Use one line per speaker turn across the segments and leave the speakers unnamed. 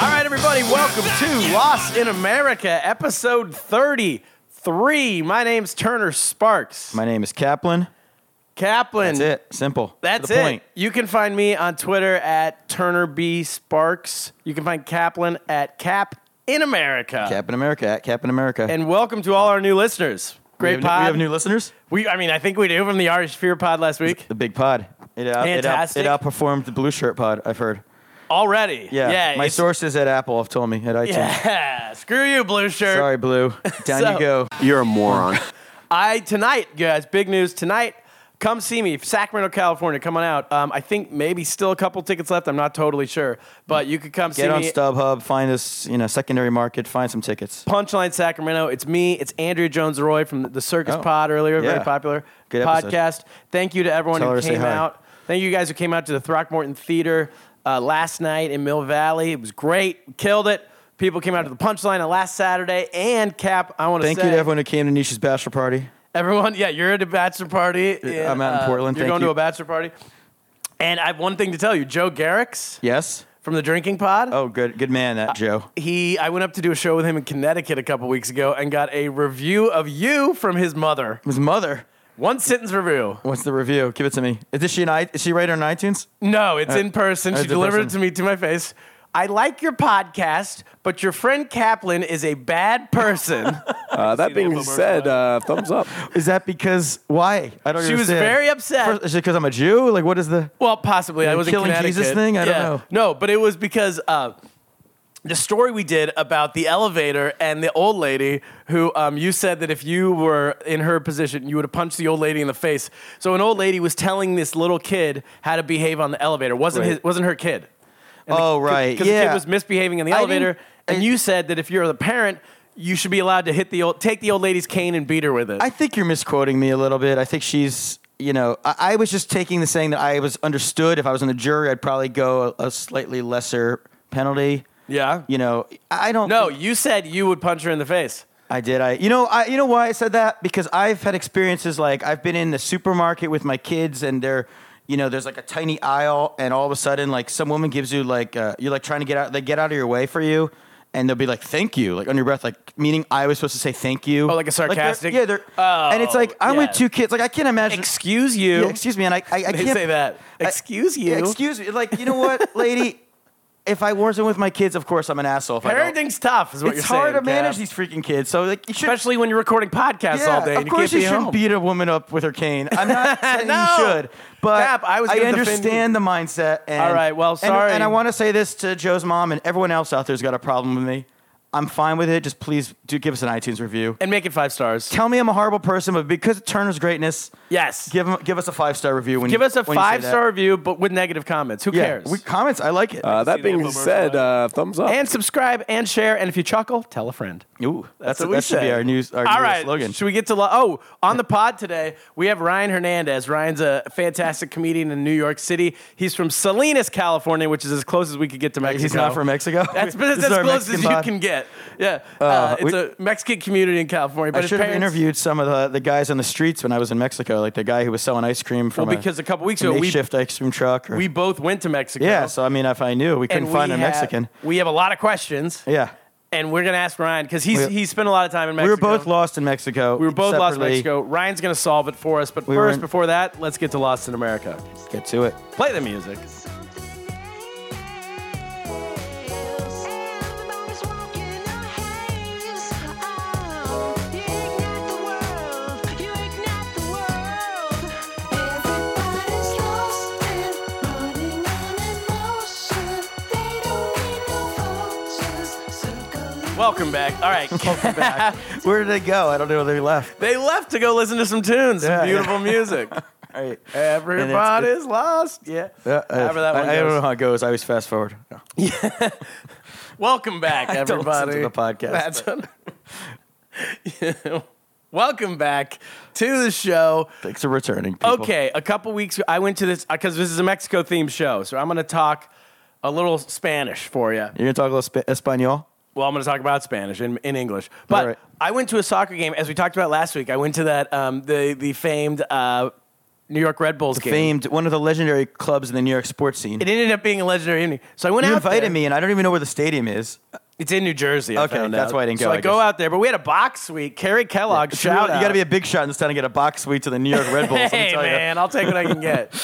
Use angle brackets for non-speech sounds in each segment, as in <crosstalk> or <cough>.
All right, everybody, welcome to Lost in America, episode 33. My name's Turner Sparks.
My name is Kaplan.
Kaplan.
That's it. Simple. To
That's
the
it.
point.
You can find me on Twitter at Turner B Sparks. You can find Kaplan at Cap in America.
Cap in America at Cap in America.
And welcome to all our new listeners.
we
Great
have,
pod.
we have new listeners.
We- I mean, I think we do from the Irish Fear Pod last week
The big pod. It out, it out,
Fantastic.
it outperformed the blue shirt pod. I've heard.
already.
Yeah. My
it's-
sources at Apple have told me at iTunes.
<laughs> Yeah. Screw you, blue shirt.
Sorry, blue.
<laughs>
Down
So-
you go.
You're a
<laughs>
moron.
I tonight, guys, big news tonight. Come see me, Sacramento, California. Come on out. Um, I think maybe still a couple tickets left. I'm not totally sure, but you could come see
Get on
me.
StubHub. Find us. You know, secondary market. Find some tickets.
Punchline Sacramento. It's me. It's Andrea Jones Roy from the Circus
Oh,
Pod earlier. Very
yeah.
popular
Good episode.
podcast. Thank you to everyone
Tell
who
her to say
came
hi.
out. Thank you guys who came out to the Throckmorton Theater uh, last night in Mill Valley. It was great. Killed it. People came out to the punchline on last Saturday. And Cap, I want to
Thank
say
you to everyone who came to Nisha's bachelor party.
Everyone, yeah, you're at a bachelor party.
I'm out in
uh,
Portland,
You're
thank
going to
you.
a bachelor party. And I have one thing to tell you. Joe Garrick's
Yes.
from the Drinking Pod.
Oh, good. Good man,
Uh,
that Joe.
He, I went up to do a show with him in Connecticut a couple weeks ago and got a review of you from his mother.
His mother.
One sentence review.
What's the review? Give it to me. Is this she an i? Is she right on iTunes?
No, it's in person.
uh,
She
it's in
delivered it to
person.
me to my face. I like your podcast, but your friend Kaplan is a bad person.
<laughs>
Uh, that being said, uh, thumbs up.
Is that because why? I don't.
She was
understand.
very upset.
First, is it because I'm a Jew? Like, what is the?
Well, possibly. I
The
was
killing
in Connecticut.
Jesus thing? I don't
Yeah.
know.
No, but it was because uh, the story we did about the elevator and the old lady who um, you said that if you were in her position, you would have punched the old lady in the face. So an old lady was telling this little kid how to behave on the elevator. wasn't
Right.
his, wasn't her kid?
oh, right.
Because
yeah.
the kid was misbehaving in the
I
elevator,
didn't-
and
I-
you said that if you're the parent. You should be allowed to hit the old, take the old lady's cane and beat her with it.
I think you're misquoting me a little bit. I think she's, you know, I, I was just taking the saying that I was understood. If I was on the jury, I'd probably go a, a slightly lesser penalty.
yeah.
You know, I I don't.
No,
think
you said you would punch her in the face.
I did. I, you know, I, you know why I said that because I've had experiences like I've been in the supermarket with my kids and they're. You know, there's like a tiny aisle, and all of a sudden, like some woman gives you like uh, you're like trying to get out. They get out of your way for you, and they'll be like, "Thank you," like on your breath, like meaning I was supposed to say thank you.
Oh, like a
they're-
sarcastic-
yeah, they're, and it's like I'm
yeah.
with two kids. Like I can't imagine.
Excuse you.
Yeah, excuse me, and I, I, I
They
can't
say that.
I-
Excuse you.
Yeah, excuse me. Like you know
<laughs>
what, lady? if I wasn't with my kids, of course I'm an asshole. If I don't-
Parenting's tough, is what
it's
you're saying.
hard to manage
Cap.
these freaking kids. So like you should.
especially when you're recording podcasts
yeah,
all day. and
of course
you
you,
can't
shouldn't
be.
beat a woman up with her cane.
<laughs>
I'm not saying
No.
you should, but
Cap, I was gonna defend
understand the mindset. And,
All right, well,
and-
sorry.
And, I want to say this to Joe's mom and everyone else out there's got a problem with me. I'm fine with it. Just please do give us an iTunes review.
and make it five stars.
Tell me I'm a horrible person, but because of Turner's greatness,
Yes. Give,
give him, give us a five star review. When you-
us a
when you say
five
that.
star review, but with negative comments. Who cares?
We comments. I like it. <laughs>
Uh, that being said, uh, thumbs up.
and subscribe and share. And if you chuckle, tell a friend.
Ooh, that's,
what we
that should be
say.
our new our
All
new
right.
slogan.
Should we get to lo- oh on the pod today? We have Ryan Hernandez. Ryan's a fantastic comedian in New York City. He's from Salinas, California, which is as close as we could get to Mexico.
He's not from Mexico.
That's,
<laughs>
that's
This is
as
our
close
Mexican
as you
pod.
can get. Yeah, uh, it's
we-
a Mexican community in California. But
I
his
should have
parents-
interviewed some of the, the guys on the streets when I was in Mexico, like the guy who was selling ice cream from
Well, because a couple weeks ago, we-
makeshift ice cream truck. Or,
We both went to Mexico.
yeah, so I mean, if I knew, we couldn't
and
find
we
a
have-
Mexican.
We have a lot of questions.
Yeah,
And we're gonna ask Ryan because he's
We-
he spent a lot of time in
we
Mexico.
were both lost in Mexico.
We were both lost in
separately.
Mexico. Ryan's gonna solve it for us. But
We
first,
weren't-
before that, let's get to Lost in America.
Get to it.
Play the music.
Everybody's walking a haze. Oh, you ignite the world. You ignite the world. Everybody's lost and running on emotion. They don't need no vultures circling.
Welcome back. All right, <laughs>
Where did they go? I don't know. They left.
they left to go listen to some tunes, some
Yeah, yeah.
beautiful
<laughs>
music.
All right.
Everybody's lost. Yeah.
Uh, uh,
However that one
I, I don't
goes.
know how it goes. I always fast forward. No.
Welcome back,
<laughs> I don't listen
everybody.
to the podcast,
That's <laughs> Welcome back to the show.
Thanks for returning. People.
Okay, a couple weeks I went to this because this is a Mexico themed show, so I'm going to talk a little Spanish for you.
You're going to talk a little sp- Espanol?
Well, I'm going to talk about Spanish in, in English. But
right.
I went to a soccer game, as we talked about last week. I went to that um, the the famed uh, New York Red Bulls game.
Famed, one of the legendary clubs in the New York sports scene.
It ended up being a legendary evening. So I went
you
out.
invited
there.
me, and I don't even know where the stadium is.
It's in New Jersey. I
Okay,
found
that's
out.
why I didn't
So
go,
I,
I
go
guess.
out there, but we had a box suite. Kerry Kellogg,
If you
shout
want-
out.
You got to be a big shot in this town to get a box suite to the New York Red Bulls. let me
hey
tell ya.
man, I'll take what I can
<laughs>
get.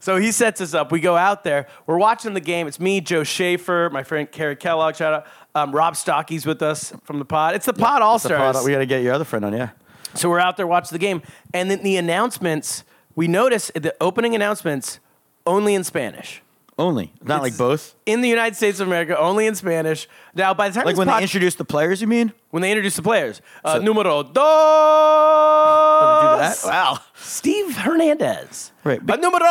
So he sets us up. We go out there. We're watching the game. It's me, Joe Schaefer, my friend Kerry Kellogg. Shout out. Um, Rob Stocky's with us from the pod. It's the pod All
It's a pod-
Stars.
We got to get your other friend on, yeah.
So we're out there watching the game, and then the announcements. We notice the opening announcements only in Spanish.
Only. Not like
It's-
both.
In the United States of America, only in Spanish. Now, by the time
Like
this
when
pod-
they introduce the players, you mean?
when they introduce the players, uh, numero dos. Do <laughs>
that? Wow.
Steve Hernandez.
Right,
But
but-
numero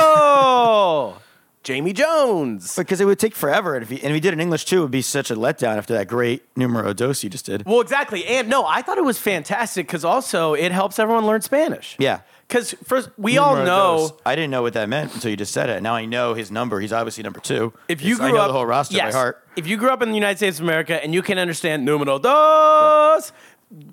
<laughs> cinco. Jamie Jones.
Because it would take forever. And if he, and if he did in English too, it would be such a letdown after that great numero dos you just did.
Well, exactly. And no, I thought it was fantastic because also it helps everyone learn Spanish.
Yeah.
Because first, we all
Numero
know.
dos. I didn't know what that meant until you just said it. Now I know his number. He's obviously number two.
If you
It's-
grew
I know
up
the whole roster
yes.
by heart.
If you grew up in the United States of America and you can understand numero dos,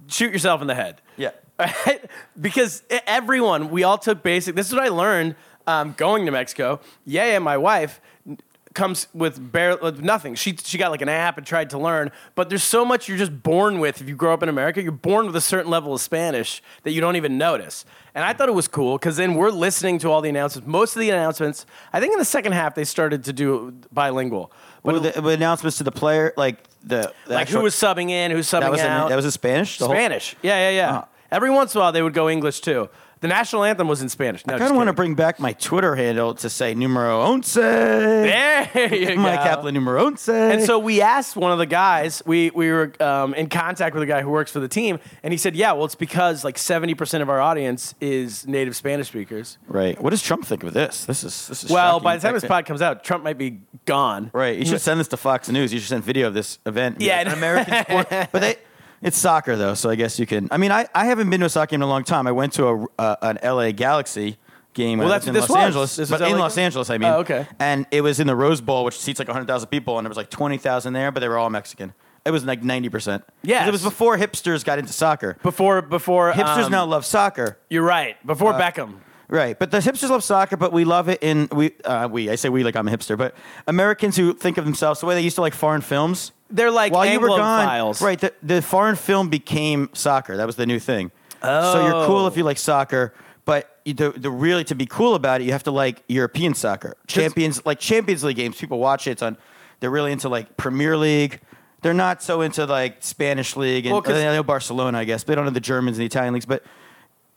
shoot yourself in the head.
Yeah.
Right? <laughs> Because e- everyone, we all took basic. This is what I learned um, going to Mexico. Yaya, my wife, n- comes with bare with nothing. She she got like an app and tried to learn, but there's so much you're just born with. If you grow up in America, you're born with a certain level of Spanish that you don't even notice. And I thought it was cool because then we're listening to all the announcements. Most of the announcements, I think in the second half they started to do bilingual.
But the, the announcements to the player, like the, the
Like
actual-
who was subbing in, who's subbing
that was in,
out.
that was in Spanish. The whole-
Spanish. Yeah, yeah, yeah.
Oh.
Every once in a while, they would go English too. The national anthem was in Spanish. No,
I
just
kind of want to
kidding.
bring back my Twitter handle to say numero once. There
There
<laughs>
you
Mike
go.
Kaplan numero once.
And so we asked one of the guys. We we were um, in contact with a guy who works for the team, and he said, "Yeah, well, it's because like seventy percent of our audience is native Spanish speakers."
right. What does Trump think of this? This is this is.
Well,
shocking.
by the time this
Texas-
pod comes out, Trump might be gone.
Right.
<laughs>
You should send this to Fox News. You should send video of this event. and be
Yeah,
like,
I know. <laughs>
An American sport. But they, it's soccer, though, so I guess you can. I mean, I, I haven't been to a soccer game in a long time. I went to a, uh, an LA Galaxy game when
Well,
I
that's
lived in
what this
Los
was.
Angeles.
This was
but in
LA?
Los Angeles, I mean.
Oh, okay.
And it was in the Rose Bowl, which seats like 100,000 people, and there was like 20,000 there, but they were all Mexican. It was like 90%. 'Cause
Yes.
It was before hipsters got into soccer.
Before before
Hipsters
um,
now Uh, love soccer.
You're right. Before Beckham.
Right, but the hipsters love soccer, but we love it in we uh, we I say we like I'm a hipster, but Americans who think of themselves the way they used to like foreign films.
They're like
while you were gone,
Anglophiles.
right? The, the foreign film became soccer. That was the new thing. Oh. so you're cool if you like soccer, but you, the the really to be cool about it, you have to like European soccer, Champions like Champions League games. People watch it. It's on. They're really into like Premier League. They're not so into like Spanish league and
Well, 'cause-
they know Barcelona, I guess. They don't know the Germans and the Italian leagues, but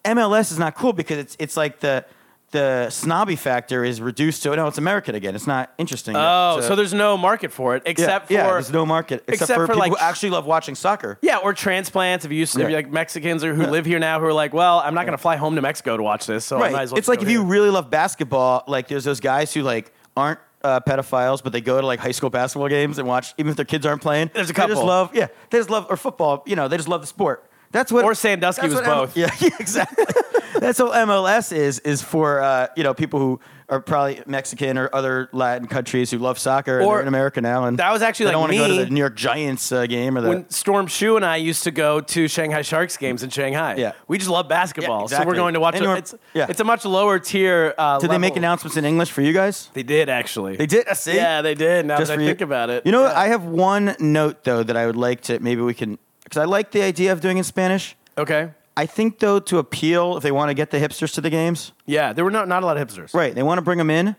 MLS is not cool because it's it's like the the snobby factor is reduced to no, it's American again. It's not interesting.
Oh,
It's a-
so there's no market for it
yeah,
except
yeah,
for
there's no market except,
except
for,
for,
people
like,
who actually love watching soccer.
Yeah, or transplants. If you used to
Yeah.
be like Mexicans or who live here now, who are like, well, I'm not going to fly home to Mexico to watch this, so I might
Right.
as well.
it's
just
like
go
if you
here."
really love basketball, like there's those guys who like aren't uh, pedophiles, but they go to like high school basketball games and watch, even if their kids aren't playing.
There's a
They just
couple.
love, yeah, they just love or football. You know, they just love the sport. That's what
Or Sandusky
that's
was
what M-
both.
yeah, <laughs> yeah, exactly. that's what MLS is is for uh, you know people who are probably Mexican or other Latin countries who love soccer and
Or-
they're in America now. And
That was actually
they don't
like
wanna go
me.
to the New York Giants uh, game or the
when Storm Shu and I used to go to Shanghai Sharks games in Shanghai.
Yeah.
we just love basketball,
Yeah,
so we're
exactly.
going to watch.
And you
A,
were-
it's,
yeah.
it's a much lower tier. Uh,
Did they make
level.
announcements in English for you guys?
They did actually.
They did. I see.
Yeah, they did. Now
Just
that
for
I
you.
think about it,
You know,
Yeah.
I have one note though that I would like to maybe we can because I like the idea of doing it in Spanish.
okay.
I think though to appeal if they want to get the hipsters to the games,
Yeah, there were not not a lot of hipsters.
right? They want to bring them in.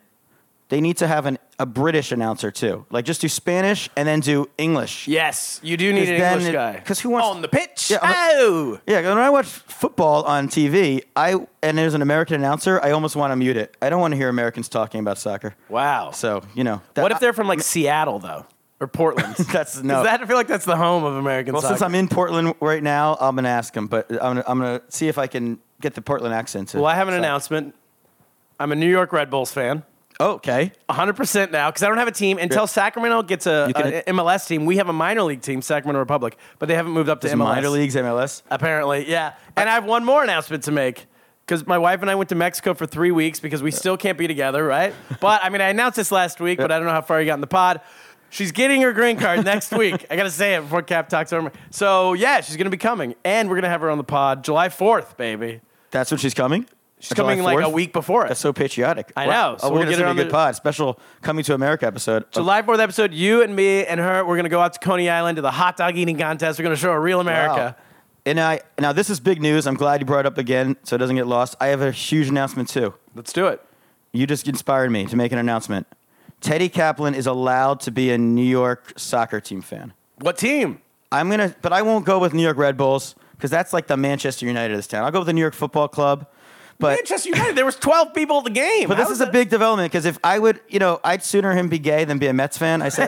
They need to have an, a British announcer too. Like just do Spanish and then do English.
Yes, you do need
'Cause
an
then
English
it-
guy.
'cause who wants-
on the pitch?
Yeah, uh-huh. on the-
oh,
Yeah, 'cause when I watch football on TV, I and there's an American announcer, I almost want to mute it. I don't want to hear Americans talking about soccer.
wow.
So you know, that-
what if they're from like Seattle though, or Portland?
that's <laughs> no.
Does that I feel like <laughs> that's the home of American
Well,
soccer?
since I'm in Portland right now, I'm gonna ask him, but I'm gonna, I'm gonna see if I can get the Portland accent. To
well, I have an
so-
announcement. I'm a New York Red Bulls fan.
Oh, okay.
100% now because I don't have a team until Sacramento gets a,
You can-
a MLS team. We have a minor league team, Sacramento Republic, but they haven't moved up to
Is
MLS.
minor leagues MLS.
Apparently, yeah. And I have one more announcement to make because my wife and I went to Mexico for three weeks because we still can't be together,
<laughs>
right? But I mean, I announced this last week, but I don't know how far you got in the pod. She's getting her green card next week. I got to say it before Cap talks over me. So, yeah, she's going to be coming. And we're going to have her on the pod July 4th, baby.
That's when she's coming.
She's coming like a week before it.
That's so patriotic.
I know. So
oh,
we'll
we're gonna
get her
get a
on
good
the-
pod special coming to America episode.
July 4th episode, you and me and her, we're going to go out to Coney Island to the hot dog eating contest. We're going to show a real America.
Wow. And I now this is big news. I'm glad you brought it up again, so it doesn't get lost. I have a huge announcement too.
Let's do it.
You just inspired me to make an announcement. Teddy Kaplan is allowed to be a New York soccer team fan.
What team?
I'm gonna, but I won't go with New York Red Bulls because that's like the Manchester United of this town. I'll go with the New York Football Club. But
Manchester United. There was 12 people at the game.
But
How
this is a big development because if I would, you know, I'd sooner him be gay than be a Mets fan. I say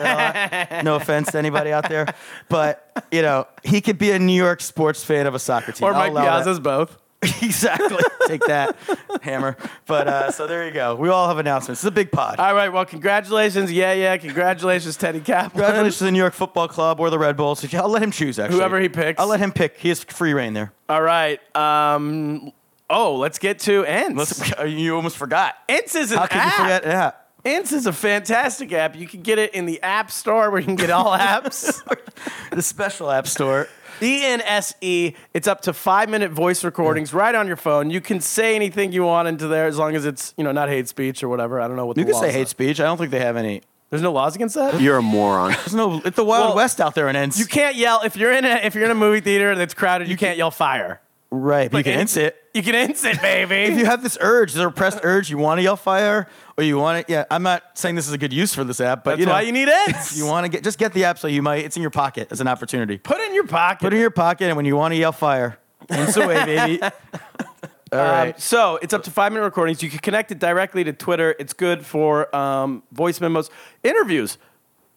<laughs>
that a lot. No offense to anybody out there, but you know, he could be a New York sports fan of a soccer team.
Or
I'll
Mike
allow that.
Piazza's both.
<laughs> exactly. Take that, hammer. But uh, so there you go. We all have announcements. It's a big pod.
All right, well, congratulations. Yeah, yeah, congratulations, Teddy Kaplan.
Congratulations to the New York Football Club or the Red Bulls. I'll let him choose. Actually,
Whoever he picks.
I'll let him pick. He has free reign there.
All right. Um, oh, let's get to Ents.
<laughs> You almost forgot.
Ents is an
How could
app.
you forget? Yeah.
Ents is a fantastic app. You can get it in the App Store where you can get
<laughs>
all apps. E
The special app store.
ENSE. It's up to five minute voice recordings right on your phone. You can say anything you want into there as long as it's you know not hate speech or whatever. I don't know what
You
the
can
laws
say
are.
hate speech. I don't think they have any.
There's no laws against that.
You're a moron.
There's no. It's the Wild
Well,
West out there in ends.
You can't yell if you're in a if you're in a movie theater that's crowded. You can't yell fire.
Right, but you can
and-
ince it.
You can ents it, baby.
If you have this urge, this repressed urge, you want to yell fire or you want to, yeah, I'm not saying this is a good use for this app, but
that's
you know,
why you need ents.
if you want to get, just get the app so you might, it's in your pocket as an
<laughs>
opportunity.
Put it in your pocket.
Put it in your pocket and when you want to yell fire,
<laughs>
ince away, baby. All
Um,
right.
so it's up to five minute recordings. You can connect it directly to Twitter. It's good for um, voice memos, interviews,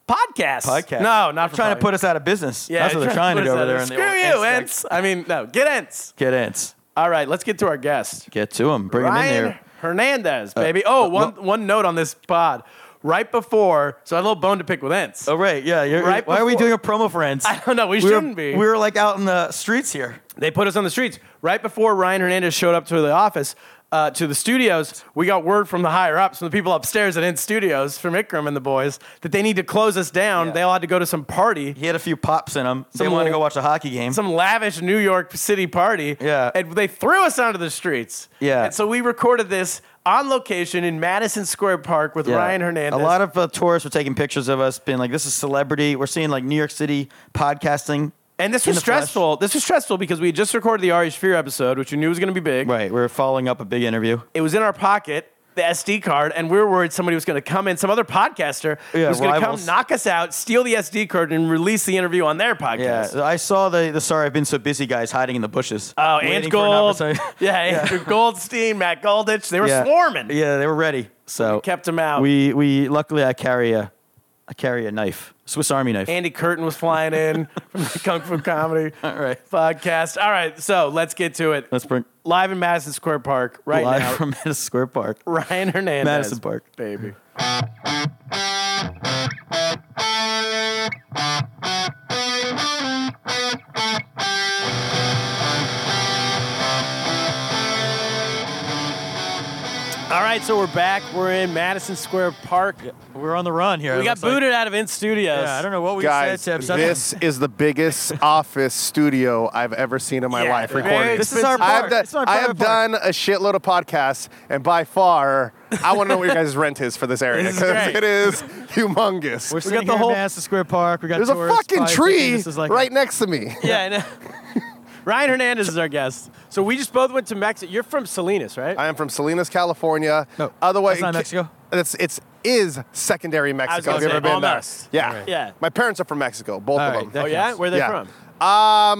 podcasts.
Podcast.
No, not
They're
for
trying to
podcasts.
put us out of business.
Yeah,
That's what they're trying to do
put
over
us
there.
out
in the
of- Screw
old
you,
Insta.
Ents. I mean, no, get Ents.
Get ince.
All right, let's get to our guest.
Get to him. Bring him in Uh,
Ryan
there.
Hernandez, baby. Oh, one one note on this pod. Right before, so I had a little bone to pick with Ents.
Oh, right. Yeah. You're,
Right
why are we
before-
doing a promo for
<laughs>
ince?
I don't know. We,
We were-
shouldn't be.
We were like out in the streets here.
they put us on the streets right before Ryan Hernandez showed up to the office, uh, to the studios. We got word from the higher ups, from the people upstairs at In Studios, from Ikram and the boys, that they need to close us down. They all had to go to some party,
He had a few pops in him. They
Some
wanted to
little-
go watch a hockey game.
some lavish New York City party.
Yeah.
and they threw us onto the streets.
Yeah.
and so we recorded this on location in Madison Square Park with
Yeah.
Ryan Hernandez.
A lot of uh, tourists were taking pictures of us, being like, "This is celebrity." We're seeing like New York City podcasting,
and this
in
was
the flesh.
stressful. This was stressful because we had just recorded the Ari Shafir episode, which we knew was going to be big.
Right, we were following up a big interview.
it was in our pocket, the SD card, and we were worried somebody was going to come in, some other podcaster
Yeah,
was going to come
rivals.
knock us out, steal the SD card, and release the interview on their
Yeah,
podcast.
I saw the the sorry I've been so busy guys hiding in the bushes.
Oh,
waiting
and
for an
Gold.
opportunity.
yeah, Andrew Goldstein, Matt Golditch. They <laughs> were
yeah,
swarming.
Yeah, they were ready. So
We kept 'em out.
We we luckily I carry a I carry a knife, Swiss Army knife.
Andy Curtin was flying
<laughs>
in from the Kung Fu Comedy
All right,
podcast. All right, so let's get to it.
let's bring
Live in Madison Square Park right
live
now.
from <laughs> Madison Square Park,
<laughs> Ryan Hernandez.
Madison Park.
Baby. All right, so we're back. We're in Madison Square Park.
We're on the run here.
We got booted out of In Studios.
yeah, I don't know what we
Guys,
said. to
this is
<laughs>
the biggest office studio I've ever seen in my
Yeah,
life
very
recorded.
This is our
I've
park.
done,
This is our
I
private
have
park.
done a shitload of podcasts, and by far, I want to know what your guys' rent is for this area
This is
because
great.
it is humongous.
We're
There's
sitting
the
here
whole-
in Madison Square Park. We got
a
tourists,
fucking
probably thinking
tree
This is like
right next to me.
Yeah, I know. <laughs> Ryan Hernandez is our guest. So we just both went to Mexico. You're from Salinas, right?
I am from Salinas, California.
No,
otherwise
that's not Mexico.
That's it's is secondary Mexico.
gonna
Have you
say,
ever been there?
almost.
Yeah,
Right. Yeah.
My parents are from Mexico, both
All
of
right,
them.
that
oh, yeah?
counts.
Where are they
Yeah.
from?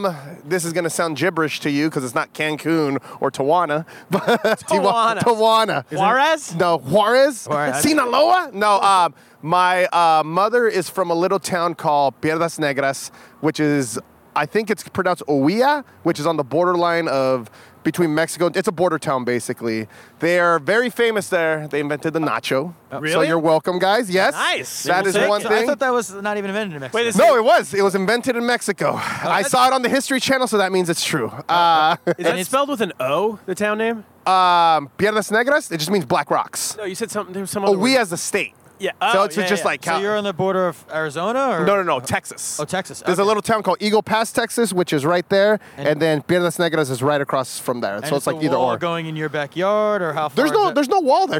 Um, this is gonna sound gibberish to you because it's not Cancun or Tawana, <laughs> but Tijuana. Tawana.
Juarez?
No, Juarez. Sinaloa. No. Um, my uh, mother is from a little town called Piedras Negras, which is I think it's pronounced Oia, which is on the borderline of between Mexico. It's a border town, basically. They are very famous there. They invented the nacho. So
Oh, Really?
you're welcome, guys. Yes.
Nice.
That
We'll
is
take
one
it.
thing.
I thought that was not even invented in Mexico.
Wait a
no,
second.
it was. It was invented in Mexico.
Oh,
I saw it on the History Channel, so that means it's true. Uh,
Is that spelled with an O? The town name?
um, Piedras Negras, it just means black rocks.
No, you said something. There was some
Oh,
other
we
word.
as a state.
yeah.
so
oh,
it's
yeah,
just
yeah.
like
so you're on the border of Arizona or
No, no, no,
<laughs>
Texas.
Oh, Texas.
There's a
Okay.
little town called Eagle Pass, Texas, which is right there, and,
And-
then Piedras Negras is right across from there.
And
so it's
the
like either
wall
or.
going in your backyard or how far
There's
is
no,
it?
there's no wall there.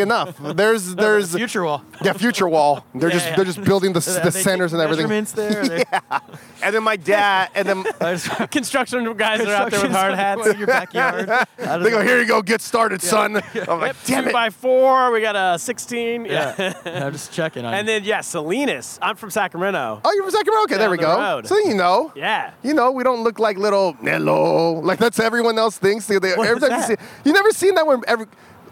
<laughs>
enough, there's, there's
the future wall.
yeah, future wall. They're
Yeah,
just,
yeah.
they're just building <laughs>
<laughs>
the,
They
the
take
centers and everything.
Measurements
<laughs>
there. They- <laughs>
And then my dad, and then
there's
construction guys that are out there with
construction <laughs>
hard hats.
somewhere in your
<laughs>
backyard. I
they
don't
go,
know.
here you go, get
<laughs>
started, son. I'm like, damn
Two
it.
by four. We got a sixteen. Yeah. <laughs>
Yeah. I'm just checking. On
And then yeah, Salinas. I'm from Sacramento.
Oh, you're from Sacramento. Okay, there
Down
we
the
go.
road.
So you know.
Yeah.
You know, we don't look like little Nello. Like that's everyone else thinks. They, they,
What is
every time you,
that?
see, you never seen that one every,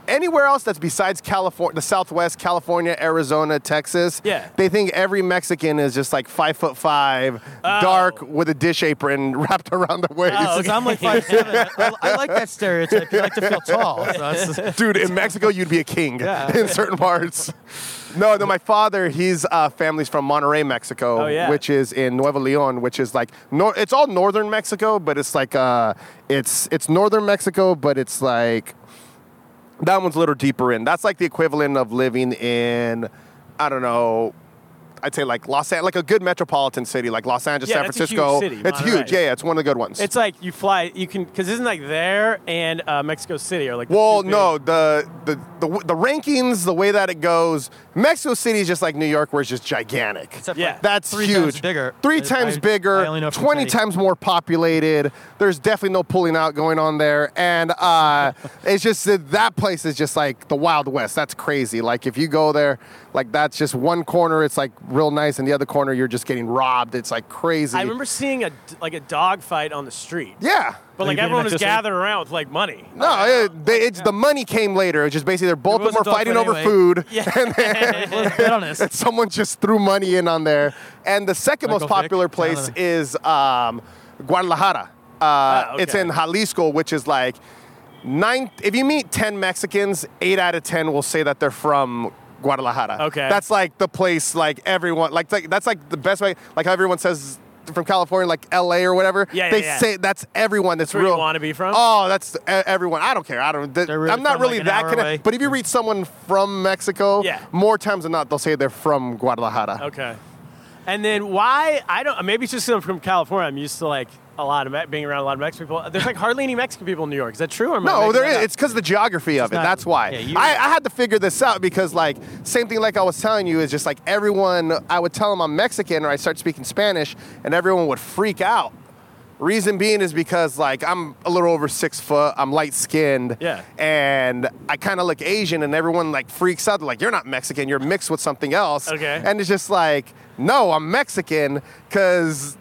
anywhere else that's besides California, the Southwest, California, Arizona, Texas.
Yeah.
They think every Mexican is just like five foot five,
Oh.
dark with a dish apron <laughs> wrapped around the waist.
Since I'm like five seven, I, I like that stereotype. You like to feel tall. So
<laughs>
it's
<laughs>
just-
Dude, in Mexico, you'd be a king <laughs> in certain parts. No, no, my father, his uh, family's from Monterrey, Mexico,
Oh, yeah.
which is in Nuevo Leon, which is like, nor- it's all northern Mexico, but it's like, uh, it's, it's northern Mexico, but it's like, that one's a little deeper in. That's like the equivalent of living in, I don't know, I'd say like Los Angeles, like a good metropolitan city, like Los Angeles,
Yeah,
San
that's a huge
Francisco.
city,
it's
Monterrey.
huge. Yeah, yeah, it's one of the good ones.
It's like you fly. You can because isn't like there and uh, Mexico City are like. the
Well,
two big-
no, the, the the the rankings, the way that it goes, Mexico City is just like New York, where it's just gigantic.
Except
Yeah.
like
That's
three
huge.
Times bigger.
Three
I-
times
I-
bigger.
I only know from
Twenty
Teddy.
times more populated. There's definitely no pulling out going on there, and uh, <laughs> it's just that that place is just like the Wild West. That's crazy. Like if you go there, like that's just one corner. It's like real nice, and the other corner you're just getting robbed. It's like crazy.
I remember seeing a like a dog fight on the street.
Yeah.
But like
you getting
everyone
back
was
this way?
gathering around with like money.
No, it, they, it's, the money came later. It's just basically they're both
There
of them
was a
were
dog
fighting
fight
over
anyway.
food.
Let's be honest.
that <laughs> someone just threw money in on there. And the second most
Michael Vick,
popular place
Canada.
is um, Guadalajara. Uh, It's
okay.
in Jalisco, which is like nine. If you meet ten Mexicans, eight out of ten will say that they're from Guadalajara.
Okay.
that's like the place. Like everyone, like, like that's like the best way. Like how everyone says. From California, like L.A. or whatever,
Yeah, yeah,
they
yeah.
say that's everyone. That's,
where you
real.
wanna be from?
Oh, that's e- everyone. I don't care. I don't. th-
They're really
I'm not
from,
really
like, an
that
hour away.
connected. But if you read someone from Mexico,
Yeah.
more times than not, they'll say they're from Guadalajara.
Okay. And then why I don't maybe it's just 'cause I'm from California. I'm used to like a lot of Me- being around a lot of Mexican people. There's like hardly any Mexican people in New York. Is that true? Or am I
No,
making
there
that
is.
up?
It's because of the geography of it.
not-
That's why.
yeah, you-
I, I had to figure this out because, like, same thing like I was telling you is just like everyone, I would tell them I'm Mexican or I start speaking Spanish and everyone would freak out. Reason being is because, like, I'm a little over six foot, I'm light skinned.
Yeah.
And I kind of look Asian and everyone, like, freaks out. They're like, you're not Mexican, you're mixed with something else.
Okay.
And it's just like, no, I'm Mexican because,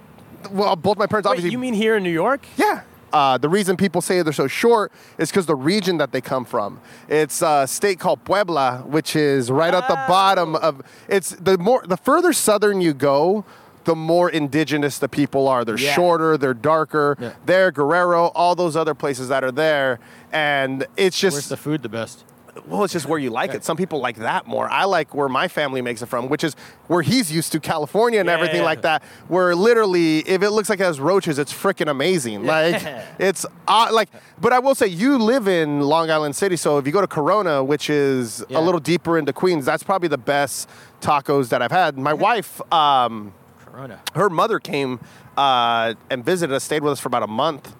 well, both my parents
Wait,
obviously.
you mean here in New York?
Yeah. Uh, the reason people say they're so short is because the region that they come from. It's a state called Puebla, which is right at the bottom of. It's the more the further southern you go, the more indigenous the people are. They're
Yeah.
shorter, they're darker.
Yeah.
They're Guerrero, all those other places that are there, and it's
Where's
just
the food the best?
well, it's just where you like it. Some people like that more. I like where my family makes it from, which is where he's used to California and
Yeah,
everything
yeah.
like that. Where literally, if it looks like it has roaches, it's freaking amazing. Like
<laughs>
it's uh, like, but I will say you live in Long Island City, so if you go to Corona, which is
Yeah.
a little deeper into Queens, that's probably the best tacos that I've had. My wife, um,
Corona.
her mother came uh, and visited us, stayed with us for about a month,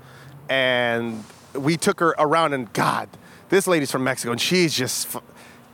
and we took her around. And God, this lady's from Mexico, and she's just f-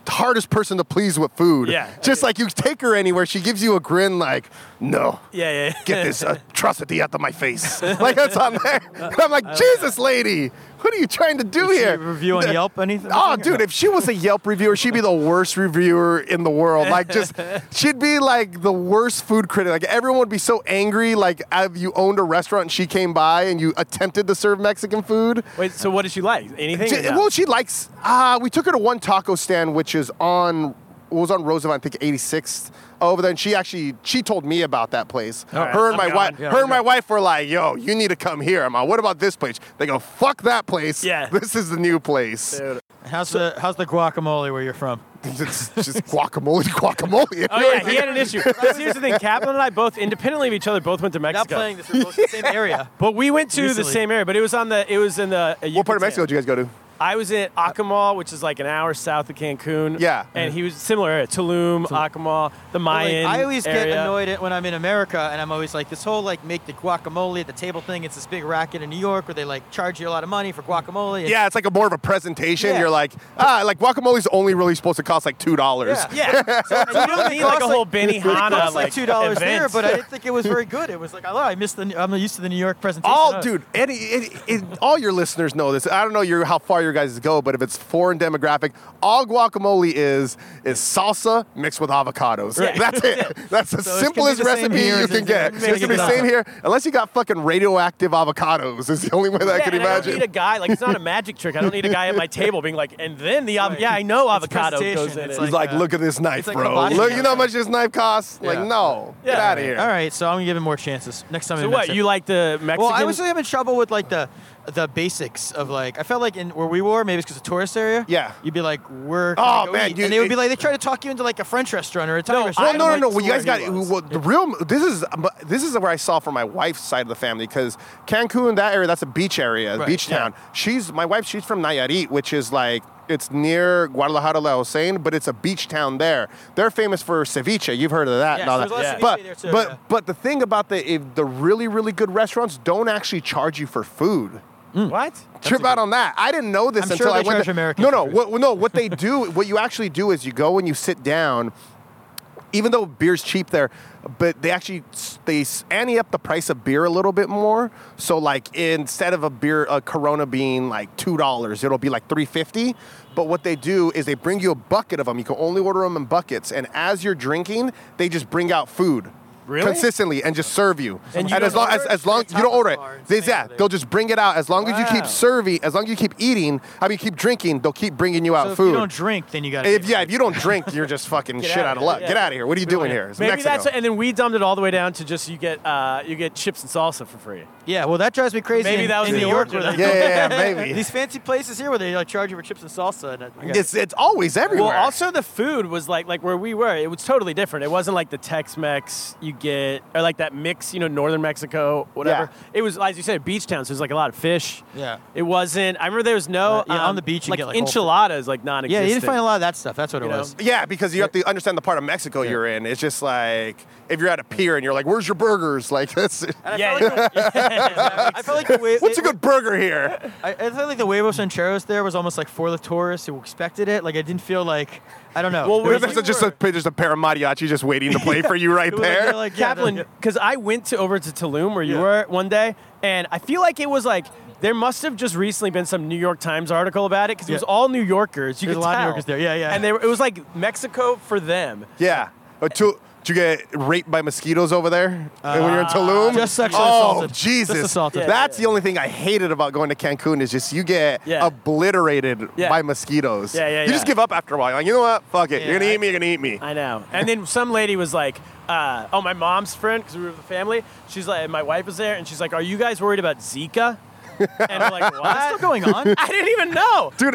the hardest person to please with food.
Yeah.
just like you take her anywhere, she gives you a grin like, "No,
Yeah, yeah. yeah. <laughs>
get this atrocity out of my face." like that's on there. And I'm like, Jesus, lady, what are you trying to do
Should we
here?
Review on Yelp anything?
Oh, dude, if she was a Yelp reviewer, she'd be the worst reviewer in the world.
<laughs>
Like, just, she'd be like the worst food critic. Like, everyone would be so angry. Like, if you owned a restaurant and she came by and you attempted to serve Mexican food.
Wait, so what did she like? Anything?
She-
or no?
well, she likes, ah, we took her to one taco stand, which is on it was on Roosevelt, I think 86th over there. And she actually she told me about that place.
right,
her and
I'm
my
going.
wife,
Yeah,
her
I'm
and my wife were like, "Yo, you need to come here." I'm like, "What about this place?" They go, "Fuck that place.
Yeah.
this is the new place.
How's the how's the guacamole where you're from?
it's just guacamole, <laughs> guacamole."
Oh yeah, he had an issue. 'Cause here's the thing: Kaplan and I both, independently of each other, both went to Mexico.
Not playing this. We're both in
<laughs>
the same area.
But we went to the
Recently.
same area. But it was on the. It was in the. Uh,
What part of Mexico did you guys go to?
I was in Acamal, which is like an hour south of Cancun.
Yeah. Mm-hmm.
And he was similar area: Tulum, Acamal, the
Like,
Mayan.
I always
area.
get annoyed at when I'm in America and I'm always like this whole like make the guacamole at the table thing. It's this big racket in New York where they like charge you a lot of money for guacamole. and-
Yeah, it's like a more of a presentation.
Yeah.
You're like, ah, like guacamole's only really supposed to cost like two dollars.
Yeah. <laughs>
Yeah. So you don't need like a whole Benny
It
Hanna
cost like two dollars there, but I didn't think it was very
<laughs>
good. It was like I love. I missed the. I'm used to the New York presentation. Oh,
All, dude, any, any, it- all your listeners know this. I don't know your, how far your guys go, but if it's foreign demographic, all guacamole is is salsa mixed with avocados. That's <laughs> it. That's the
it's gonna be
simplest
the same
recipe
here
you
as
can
it's
get.
in
It's gonna be the
Mexico.
same here, unless you got fucking radioactive avocados. Is the only way that I
Yeah,
can
and I
imagine.
don't need a guy like it's not a magic trick. I don't need a guy at my table being like, and then the av- um, yeah, I know avocado
presentation.
goes in.
It's
it.
He's like,
uh,
look at this knife,
like a
bro.
body
Look,
count.
you know how much this knife costs?
Yeah.
Like, no, get
Yeah.
out of here.
uh, All right, so I'm gonna give him more chances next time.
so
in
what?
Mexico.
You like the Mexican?
Well, I was really having trouble with like the the basics of like I felt like in where we were maybe it's because it's a tourist area.
Yeah.
You'd be like, we're
Oh,
gonna go
man,
eat.
you-
and they would be
it-
like they try to talk you into like a French restaurant or a Thai
Well,
restaurant.
no, no,
I'm
no.
like,
Well, you
this
guys got
is where he was.
well, the real. This is uh, but this is where I saw from my wife's side of the family because Cancun, that area, that's a beach area, a
Right,
beach
yeah.
town. She's my wife. She's from Nayarit, which is like it's near Guadalajara, La Hossein, but it's a beach town there. They're famous for ceviche. You've heard of that,
Yes,
and all
there's
that.
a lot of
But
ceviche there too,
but
yeah.
but the thing about the if the really really good restaurants don't actually charge you for food.
what?
Trip out on that. I didn't know this
I'm sure they
until I went.
charge
there.
American
no, no,
food.
what, no. What they do, <laughs> what you actually do is you go and you sit down. Even though beer's cheap there, but they actually s- they s- ante up the price of beer a little bit more. So like instead of a beer, a Corona being like two dollars, it'll be like three fifty. But what they do is they bring you a bucket of them. You can only order them in buckets, and as you're drinking, they just bring out food.
Really?
Consistently and just serve you. And,
you
as
don't
long as,
order it?
as long
It's
you don't order it,
tapas bar and
They- yeah,
something.
they'll just bring it out. As long as you keep
Wow.
serving, as long as you keep eating, I mean, keep drinking, they'll keep bringing you out
So if
food.
you don't drink, then you got.
If- yeah, if you don't drink, you're just fucking shit
outta
out of
here,
luck.
yeah.
Get out of here. What are you doing here? It's
Maybe
Mexico.
that's and then we dumbed it all the way down to just you get uh, you get chips and salsa for free.
Yeah, well, that drives me crazy.
Maybe
in-
that was
in
the
New York.
origin.
where they-
yeah, yeah, yeah, maybe.
These fancy places here where they like charge you for chips and salsa. And I- I got-
It's it's always everywhere.
Well, also the food was like like where we were. It was totally different. It wasn't like the Tex-Mex you get or like that mix, you know, northern Mexico, whatever.
Yeah.
It was as you said, a beach town. So there's like a lot of fish.
Yeah.
It wasn't. I remember there was no
Uh, yeah, on
um,
the beach you
like,
get, like, whole fish.
enchiladas, like
yeah,
non-existent.
you didn't find a lot of that stuff. That's what it
You know?
was.
yeah, because you have to understand the part of Mexico you're in. It's just like if you're at a pier and you're like, "Where's your burgers?" Like, that's,
Yeah,
<laughs> I felt like the way,
what's a good burger here?
I, I felt like the huevos rancheros there was almost like for the tourists who expected it. Like I didn't feel like I don't know.
Well,
There was,
where's
like-
There's just a there's a pair of mariachi just waiting to play for you right there.
<laughs>
they're like, yeah,
Kaplan,
they're-
because I went to over to Tulum where you
Yeah.
were one day, and I feel like it was like there must have just recently been some New York Times article about it because it
Yeah.
was all New Yorkers. You
There's
could
a lot of New
tell.
Yorkers there. Yeah, yeah.
And they were, it was like Mexico for them.
Yeah. Uh, to, did you get raped by mosquitoes over there And when you're in Tulum?
Uh, <laughs> just sexually
oh,
assaulted. Just
Jesus.
assaulted. Yeah,
That's the only thing I hated about going to Cancun is just you get
Yeah.
obliterated
Yeah.
by mosquitoes.
Yeah, yeah,
You just
yeah.
give up after a while. Like, you know what? Fuck it. you're going
I-
to eat me, you're going to eat me.
I know. <laughs> And then some lady was like, uh, "Oh, my mom's friend, because we were with the family. She's like, my wife was there, and she's like, "Are you guys worried about Zika?" And I'm <laughs> like,
still
"What?"
going <laughs> on.
I didn't even know.
Dude,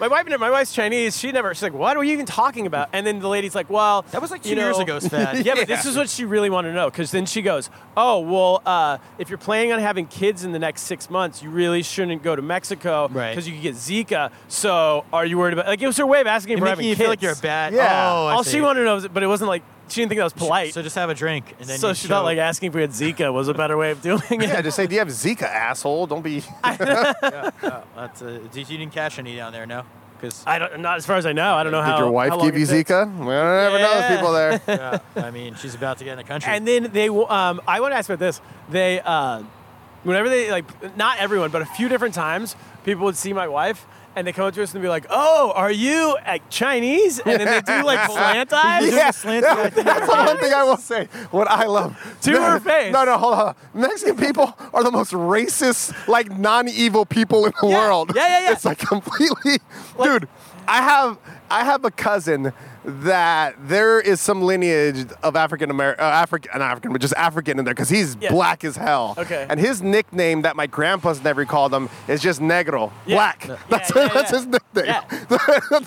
My wife, my wife's Chinese. She never. She's like, "What are you even talking about?" And then the lady's like, "Well,
That was like two
you know-
years ago, <laughs>
<laughs>
Sven.
Yeah, but this is what she really wanted to know because then she goes, "Oh, well, uh, if you're planning on having kids in the next six months, you really shouldn't go to Mexico because
Right.
you could get Zika. So, are you worried about like it was her way of asking
You're
for
making
having
you
kids?
feel like you're a bad.
Yeah.
Oh, I
All
see.
she wanted to know, was, but it wasn't like she didn't think that was polite.
So
So,
just have a drink and then. you
she
show-
felt like asking if we had Zika was a better way of doing
<laughs>
it.
<laughs> Yeah, just say, do you have Zika, asshole? Don't be.
That's, uh, did you didn't cash any down there? No, because
I don't, not as far as I know. I don't know how.
<laughs> Did your wife
how long
give
it
you
takes.
Zika? We don't ever know
Yeah.
those people
<laughs>
there.
I mean she's about to get in the country.
And then they, w- um, I want to ask about this. They, uh, whenever they like, not everyone, but a few different times, people would see my wife. And they come up to us and be like, "Oh, are you like Chinese?" And then they do
<laughs>
like slant eyes.
Yeah,
slanted
<laughs> that- that's the one thing I will say. What I love
To
No,
her face.
No, no, hold on. Mexican people are the most racist, like non-evil people in the
Yeah,
world.
yeah, yeah, yeah.
It's like completely, dude. I have I have a cousin that there is some lineage of African American, uh, African, not African, but just African in there because he's
Yeah.
black as hell.
Okay.
And his nickname that my grandpa's never called him is just Negro, black. That's,
yeah,
that's
yeah.
his <laughs> nickname.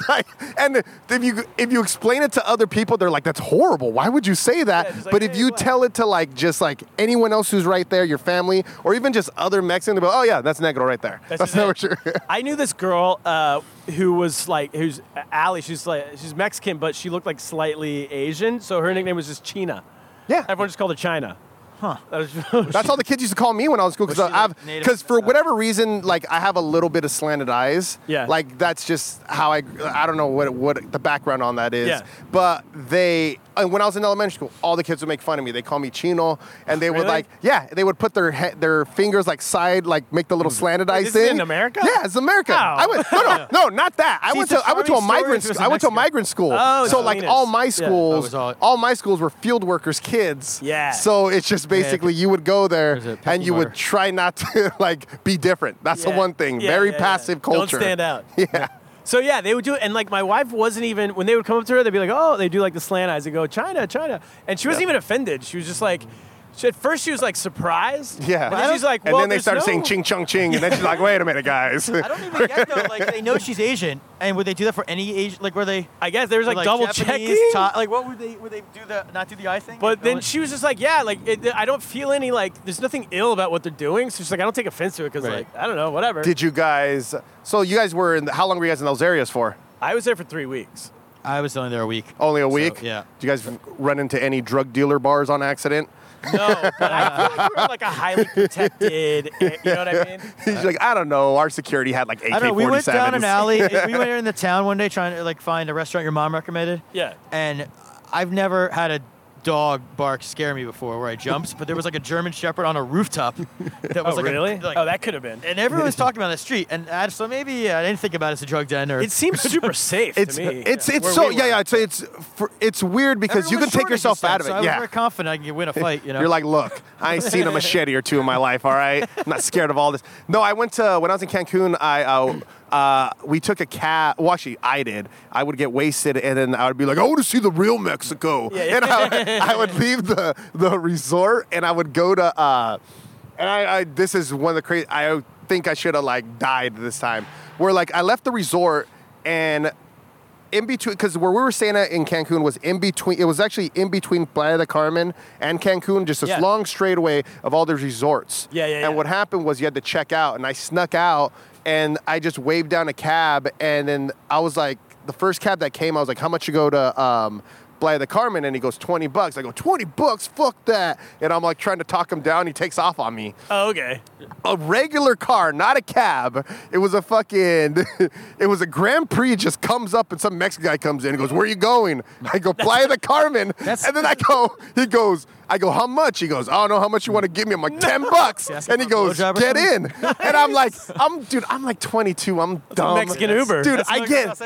Like, and if you if you explain it to other people, they're like, "That's horrible. Why would you say that?"
Yeah, just like,
but
"Hey,
if you
black."
tell it to like just like anyone else who's right there, your family, or even just other Mexicans, they'll be, "Oh yeah, that's Negro right there."
That's
That's,
his
not what
name.
you're. <laughs>
I knew this girl uh, who was like, who's Ali. She's like, she's Mexican, but she looked like slightly Asian. So her nickname was just China.
yeah.
Everyone just called her China. Huh. That was, <laughs>
<laughs> That's how the kids used to call me when I was in school because
Was she, like,
I've
native-
because for whatever reason like I have a little bit of slanted eyes.
Yeah.
Like that's just how I I don't know what what the background on that is.
Yeah.
But they and when I was in elementary school, all the kids would make fun of me. They call me Chino, and they would
Really?
like yeah, they would put their he- their fingers like side like make the little slanted eyes
this is
in.
in America?
Yeah, it's America.
Oh.
I went no
<laughs>
no no not that. I
See,
went
it's a
to I went to a
charming story
migrant
if it was
school.
in
I went to a
Mexico.
migrant school.
Oh,
so like
Salinas.
all my
Yeah. Oh, it
schools,
was all-
all my schools were field workers' kids.
Yeah.
So Oh, it's just basically you would go there
There's a pickle
and you
motor.
would try not to <laughs> like be different. That's the
Yeah.
one thing.
Yeah,
Very
yeah, yeah.
passive culture.
Don't stand out.
<laughs> Yeah.
So yeah, they would do it, and like my wife wasn't even when they would come up to her, they'd be like, "Oh," they do like the slant eyes and go, "China, China," and she wasn't even offended. She was just like, she, at first she was like surprised.
Yeah.
and then she's like,
and
"Well,
then they
there's
started
no-
saying ching chung ching, and then she's like, wait a
<laughs>
minute, guys. <laughs>
I don't even get though. Like they know she's Asian, and would they do that for any Asian? Like were they?
I guess there was like, double checking.
like what would they? Would they do the not do the eye thing?
but then she was just like, "Yeah, like it, I don't feel any like there's nothing ill about what they're doing." So she's like, "I don't take offense to it because
Right.
like I don't know, whatever."
Did you guys? So you guys were in. How long were you guys in those areas for?
I was there for three weeks.
I was only there a week.
Only a week.
yeah.
Did you guys run into any drug dealer bars on accident?
<laughs>
<laughs>
No, but I feel like we were in, like a highly protected. You know <laughs> what I mean?
He's like, I don't know. Our security had like
I
AK
don't know. We went down an
47s.
alley. we went in the town one day trying to like find a restaurant your mom recommended.
Yeah.
And I've never had a dog bark scare me before where I jumped, but there was like a German Shepherd on a
<laughs>
rooftop that was
Oh
like a-
really?
like,
oh, that could have been.
and everyone was talking about the street, and I, so maybe yeah, I didn't think about it as a drug den or
It
<laughs>
seems super safe
It's
to me.
it's
Yeah.
it's
Where
so
we
yeah
were.
yeah. I'd say it's for, it's weird because
Everyone
you
was
can take
short
yourself
against
out
it,
of it.
so I was
yeah.
very confident I could win a fight.
<laughs>
You know,
You're like, look, I ain't seen a machete or two in my life. All right, I'm not scared of all this. No, I went to when I was in Cancun. I uh, uh, we took a cab. Well, actually, I did. I would get wasted, and then I would be like, I want to see the real Mexico. And I, I would leave the the resort, and I would go to. Uh, and I, I this is one of the crazy. I think I should have like died this time. Where like I left the resort and in between because where we were staying at in Cancun was in between. It was actually in between Playa del Carmen and Cancun, just this
Yeah.
long straightaway of all the resorts.
Yeah, yeah,
And
yeah.
what happened was you had to check out, and I snuck out, and I just waved down a cab, and then I was like, the first cab that came, I was like, how much you go to? Um, Playa del Carmen, and he goes twenty bucks. I go twenty bucks, fuck that, and I'm like trying to talk him down. He takes off on me
Oh, okay.
a regular car, not a cab. It was a fucking, <laughs> it was a Grand Prix. Just comes up and some Mexican guy comes in and goes, "Where are you going?" I go, "Playa the Carmen,"
<laughs>
and then I go, he goes, I go, "How much?" He goes, "I don't know how much you want to give me." I'm like, 10
<laughs>
bucks,"
ask
and he
him for a
goes,
blowjob or
"Get in," and I'm like, "I'm dude, I'm like 22. I'm dumb."
Mexican Uber.
dude.
That's
I
what
get,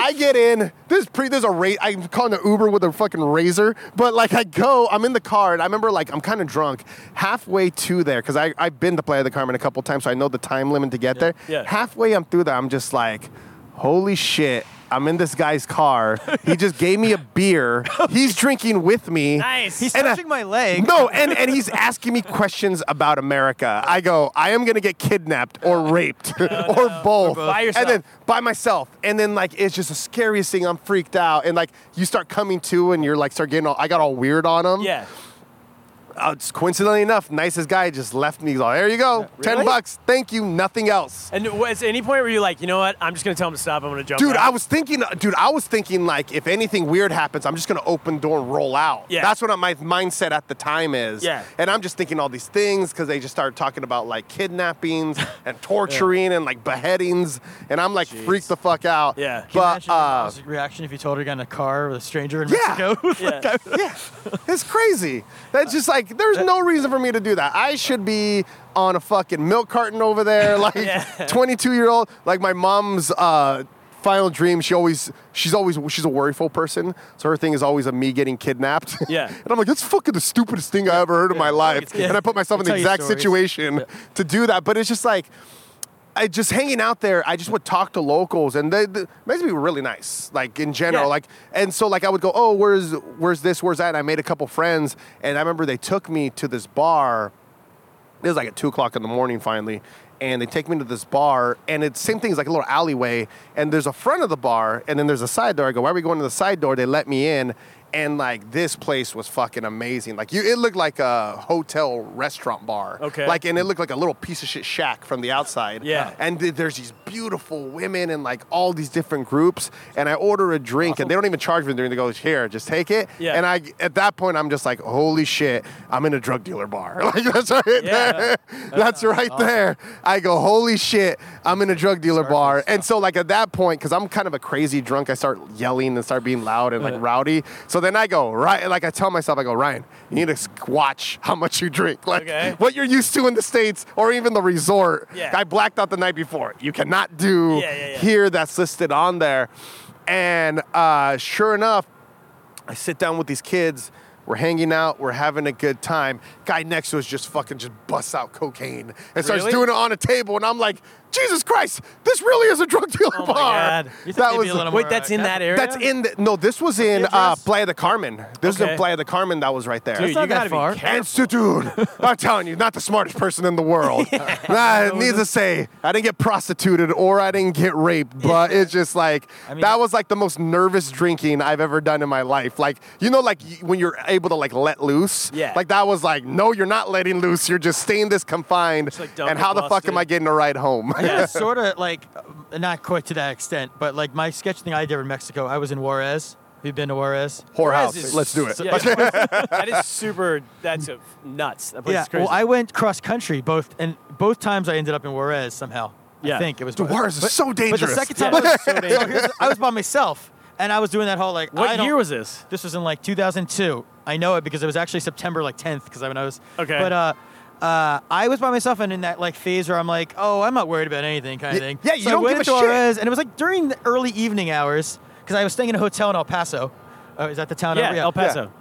I get in. This pre, there's a rate. I'm calling an Uber with a fucking razor, but like I go, I'm in the car, and I remember like I'm kind of drunk. Halfway to there, because I I've been to Playa del Carmen a couple times, so I know the time limit to get there.
Yeah.
Halfway, I'm through there. I'm just like, holy shit. I'm in this guy's car. He just gave me
<laughs>
a beer. He's drinking with me.
Nice.
he's
And I-
touching my leg.
<laughs> No, and, and he's asking me questions about America. I go, I am gonna get kidnapped or raped or both.
By yourself.
And then by myself. And then like it's just the scariest thing. I'm freaked out. And like you start coming to and you're like start getting all I got all weird on
<laughs>
him.
Yeah.
Uh, it's coincidentally enough, nicest guy just left me. He's like, there you go. Ten
Really?
bucks. Thank you. Nothing else.
And was at any point where you like, you know what? I'm just gonna tell him to stop. I'm gonna jump.
Dude,
out.
I was thinking, dude, I was thinking like if anything weird happens, I'm just gonna open door and roll out.
Yeah.
That's what my mindset at the time is.
Yeah.
And I'm just thinking all these things because they just started talking about like kidnappings
<laughs>
and torturing and like beheadings, and I'm like freaked the fuck out.
Yeah.
Can you
But
imagine your
uh,
mom's reaction if you told her you got in a car with a stranger in
Yeah.
Mexico? <laughs>
Yeah.
yeah, it's crazy. That's just like there's no reason for me to do that. I should be on a fucking milk carton over there, like 22 year old. Like my mom's uh, final dream. She always, she's always, she's a worryful person. So her thing is always a me getting kidnapped.
Yeah.
<laughs> and I'm like, that's fucking the stupidest thing I ever heard in my life.
Yeah.
And I put myself in the
Tell you
exact
stories.
situation to do that. But it's just like. I just hanging out there. I just would talk to locals, and they, they Mexicans were really nice, like in general.
Yeah.
Like, and so like I would go, oh, where's where's this, where's that? And I made a couple friends, and I remember they took me to this bar. It was like at two o'clock in the morning finally, and they take me to this bar, and it's same thing. It's like a little alleyway, and there's a front of the bar, and then there's a side door. I go, why are we going to the side door? They let me in. And like this place was fucking amazing. Like you, it looked like a hotel restaurant bar.
Okay.
Like and it looked like a little piece of shit shack from the outside.
Yeah.
And th- there's these beautiful women and like all these different groups. And I order a drink and they don't even charge me during. They go here, just take it.
Yeah.
And I at that point I'm just like, holy shit, I'm in a drug dealer bar. <laughs> Like that's right
Yeah.
there. That's right there. I go, holy shit, I'm in a drug dealer bar. And so like at that point, because I'm kind of a crazy drunk, I start yelling and start being loud and
Uh-huh.
like rowdy. So then I go right, like I tell myself, I go, Ryan, you need to s- watch how much you drink. Like
Okay.
what you're used to in the states or even the resort.
Yeah.
I blacked out the night before. You cannot do
Yeah, yeah, yeah.
here that's listed on there. And uh, sure enough, I sit down with these kids. We're hanging out. We're having a good time. Guy next to us just fucking just busts out cocaine and starts
Really?
doing it on a table. And I'm like, Jesus Christ, this really is a drug dealer
Oh my
bar.
God. You
That was
Wait, that's in that area.
that's in the, no. This was in uh,
address?
Playa de Carmen. This is
Okay.
in Playa de Carmen that was right there.
Dude, you
that
gotta
far.
be careful.
<laughs>
Institute. I'm telling you, not the smartest person in the world. Nah, needless to say, I didn't get prostituted or I didn't get raped, but it's just like
mean-
that was like the most nervous drinking I've ever done in my life. Like you know, like y- when you're able to like let loose.
Yeah.
Like that was like, no, you're not letting loose. You're just staying this confined.
like double
and how the fuck
busted.
am I getting a ride home? <laughs>
Yeah, sort of like, uh, not quite to that extent, but like my sketch thing I did in Mexico, I was in Juarez. Have you been to Juarez?
Whorehouse.
is
Let's do it. <laughs>
Yeah, yeah. that is super. That's a, nuts. That place
yeah.
is crazy.
Well, I went cross country both, and both times I ended up in Juarez somehow.
Yeah.
I think it was
Dude, Juarez is so
But the
dangerous.
second time
<laughs>
I, was, so here's- I was by myself, and I was doing that whole like. I
what
don't-
year was this?
This was in like 2002. I know it because it was actually September like 10th because I was.
Okay.
But uh, uh, I was by myself and in that like phase where I'm like, oh, I'm not worried about anything kind of thing.
yeah, you
so I
don't
went
give
to
a shit.
Juarez, and it was like during the early evening hours because I was staying in a hotel in El Paso. Oh, is that the town?
Yeah,
over?
El Paso.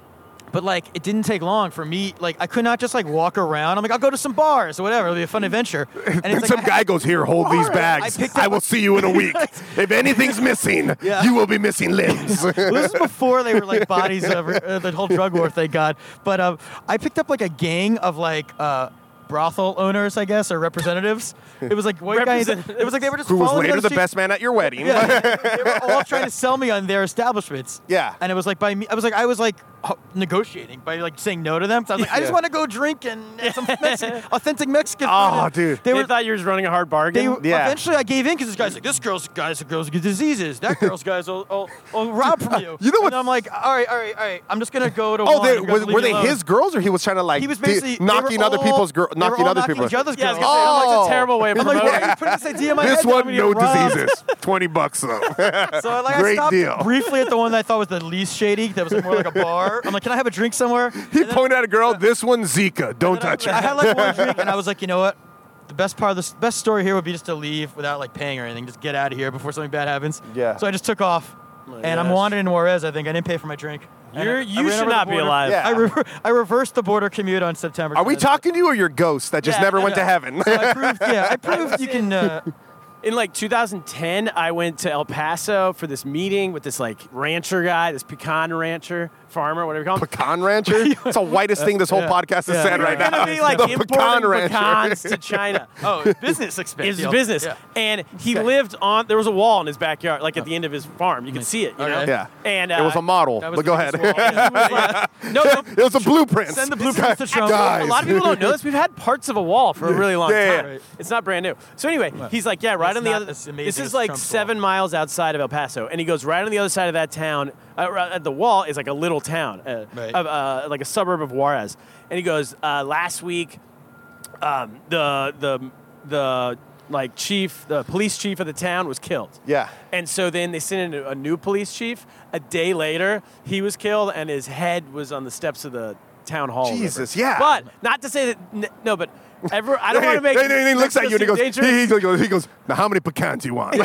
But like, it didn't take long for me. Like, I could not just like walk around. I'm like, I'll go to some bars or whatever. It'll be a
<laughs>
fun adventure. And
And
it's
some
like, I
guy
had-
goes, Here, hold these bags.
I picked
I,
up
will see you
<laughs>
in a week. if anything's missing,
Yeah.
you will be
<laughs>
missing limbs.
Well, <laughs> this is before they were like bodies of
<laughs>
uh, the whole drug war, thank God. But um, I picked up like a gang of like uh, brothel owners, I guess, or representatives. It was like white guys. It was like they were just
Who was
following me
later
down
the
street.
best man at your
<laughs>
wedding.
Yeah,
<laughs>
they were all trying to sell me on their establishments.
Yeah.
and it was like by me. I was like, I was like ho- negotiating by like saying no to them. 'cause I was like, I just
Yeah.
want to go drink and have some
<laughs>
Mexican, authentic Mexican. food.
Oh,
And
dude.
they
They,
were
thought you were running a hard bargain.
they
Yeah.
eventually I gave in because this guy's like, this girl's guys, girls get diseases. That
<laughs>
girl's guys will, will, will rob from you.
You know what-
And I'm like, all right, all right, all right. I'm just gonna go to.
Oh,
one.
they,
You guys
were,
leave me
were they
alone."
his girls or he was trying to like
He was
di-
basically they
knocking
were
other
all-
people's girls,
they were
knocking
all
other
knocking
people's.
each other's
yeah, I was
girls.
gonna say, oh, that's
Oh.
a terrible way of
I'm like,
promoting.
why are you putting this idea in my
<laughs> This
head? that I'm
one,
gonna
no
get robbed?
diseases. Twenty bucks though.
<laughs> So like, I
Great
stopped
deal.
briefly at the one that I thought was the least shady. That was like, more like a bar. I'm like, can I have a drink somewhere?
he pointed at
<laughs>
a girl. This one's Zika. Don't touch
I
it.
had like one drink, and I was like, you know what? The best part of this best story here would be just to leave without like paying or anything. Just get out of here before something bad happens.
Yeah.
So I just took off, and I'm
gosh.
wandering in Juarez. I think I didn't pay for my drink. And I-
You're,
I
you
ran over
should
the
not be
border.
alive.
Yeah.
I, rever- I reversed the border commute on September.
Are we
20th.
talking to you or your ghost that just
Yeah,
never
I
went to
know.
heaven? <laughs>
So I proved, yeah, I proved you can. Uh,
In like 2010, I went to El Paso for this meeting with this like rancher guy, this pecan rancher, farmer, whatever you call him.
pecan
<laughs>
rancher. It's the whitest thing this whole podcast has said
We're
right now.
gonna be like
the
importing
pecan rancher. <laughs>
pecans to China.
oh, business expense.
It's his
deal.
business.
Yeah.
And he
Okay.
lived on. There was a wall in his backyard, like at the end of his farm. You could see it. You know.
Okay.
Yeah.
And uh,
It was a model,
That was
but
the
go
biggest
ahead. <laughs>
wall.
he was like- no, no.
It was a blueprint.
Send the blueprints to Trump.
Guys.
A lot of people don't
<laughs>
know this. We've had parts of a wall for a really long
Yeah, yeah,
time.
yeah. Right.
It's not brand new. So anyway, he's like, yeah, right
It's
on the
not
other.
as amazing
This is
as
like
Trump's
seven miles outside of El Paso, and he goes right on the other side of that town. Uh, right at the wall is like a little town, uh,
Right.
of, uh, like a suburb of Juarez. And he goes, uh, last week, um, the the the like chief, the police chief of the town was killed.
Yeah.
And so then they sent in a, a new police chief. A day later, he was killed, and his head was on the steps of the town hall. or whatever.
Jesus, yeah.
But not to say that n- no, but ever I don't
Hey,
want to make.
hey, hey, hey, he looks at you and he goes,
dangerous.
he, he goes, he goes, now how many pecans do you
<laughs>
want?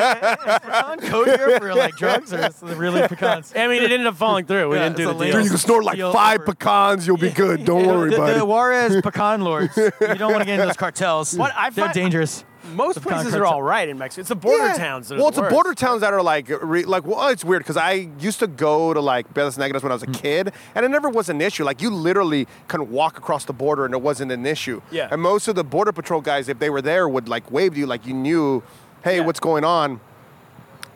On code here for
<laughs>
like drugs or is it really pecans.
I mean, it ended up falling through. We
Yeah,
didn't do
it's
the
a
deal.
lame-
you can snort like
Deal
five
over.
pecans, you'll be good. Don't worry,
the, the
buddy. <laughs>
Juarez pecan lords. You don't want to get into those cartels.
What I
They're
find-
dangerous.
Most places
concrete
are
town.
all right in Mexico. It's the border
Yeah.
towns. That are
Well,
the
it's the
worst.
border towns that are like, re, like well, it's weird because I used to go to like Vedas Negras when I was a kid, and it never was an issue. Like you literally can walk across the border and it wasn't an issue.
Yeah.
And most of the border patrol guys, if they were there, would like wave to you, like you knew, hey,
Yeah.
what's going on?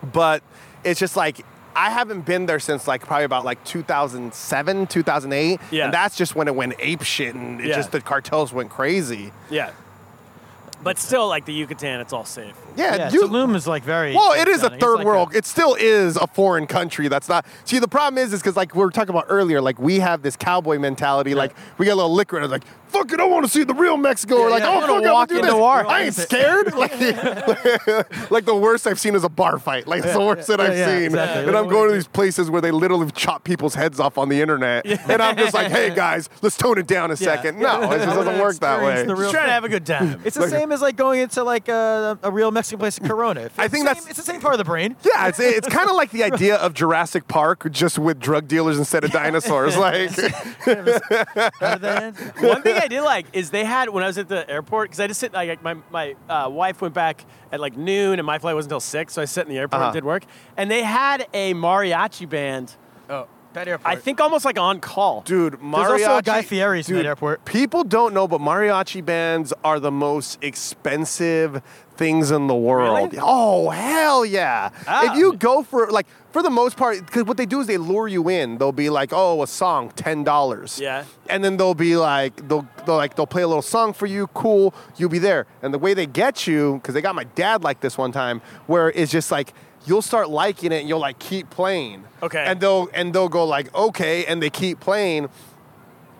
But it's just like. I haven't been there since like probably about like 2007, 2008,
Yeah.
and that's just when it went ape shit, and it
Yeah.
just the cartels went crazy.
Yeah. But still, like the Yucatan, it's all safe.
Yeah,
Yeah,
you-
Tulum is like very.
Well, it is a
It's
third
like
world. it still is a foreign country. That's not. See, the problem is, is because like we were talking about earlier, like we have this cowboy mentality. Like we got a little liquor, and it's like fuck it, I want to see the real Mexico. or like
yeah,
oh
I'm
fuck,
gonna
I
walk
want to do
into
this.
war.
I ain't scared. like, <laughs> like the worst I've seen is a bar fight. Like that's the worst that I've
yeah,
seen.
exactly.
And I'm going to these places where they literally chop people's heads off on the internet, and I'm just like, hey guys, let's tone
<laughs>
it down a second. No, it just doesn't work that way.
experience the real
Just trying to have a good
<laughs>
time.
It's the same as like going into like a, a real Mexican place in Corona. It's
<laughs> I
the
think
same-
that's-
it's the same part of the brain.
Yeah, it's, it's kind of like the idea of Jurassic Park just with drug dealers instead of <laughs> dinosaurs. Like,
Other
<laughs>
than-
One thing I did like is they had when I was at the airport because I just sit like my my uh, wife went back at like noon and my flight wasn't until six, so I sat in the airport
Uh-huh.
and did work. And they had a mariachi band.
Oh, that airport.
I think almost like on call.
dude,
there's
mariachi.
also a Guy Fieri's in
dude,
that airport.
People don't know, but mariachi bands are the most expensive things in the world.
Really?
Oh hell yeah!
Ah.
If you go for like for the most part, because what they do is they lure you in. They'll be like, oh, a song, ten dollars.
Yeah.
and then they'll be like they'll, they'll like they'll play a little song for you cool you'll be there and the way they get you because they got my dad like this one time where it's just like you'll start liking it and you'll like keep playing
Okay.
and they'll and they'll go like okay and they keep playing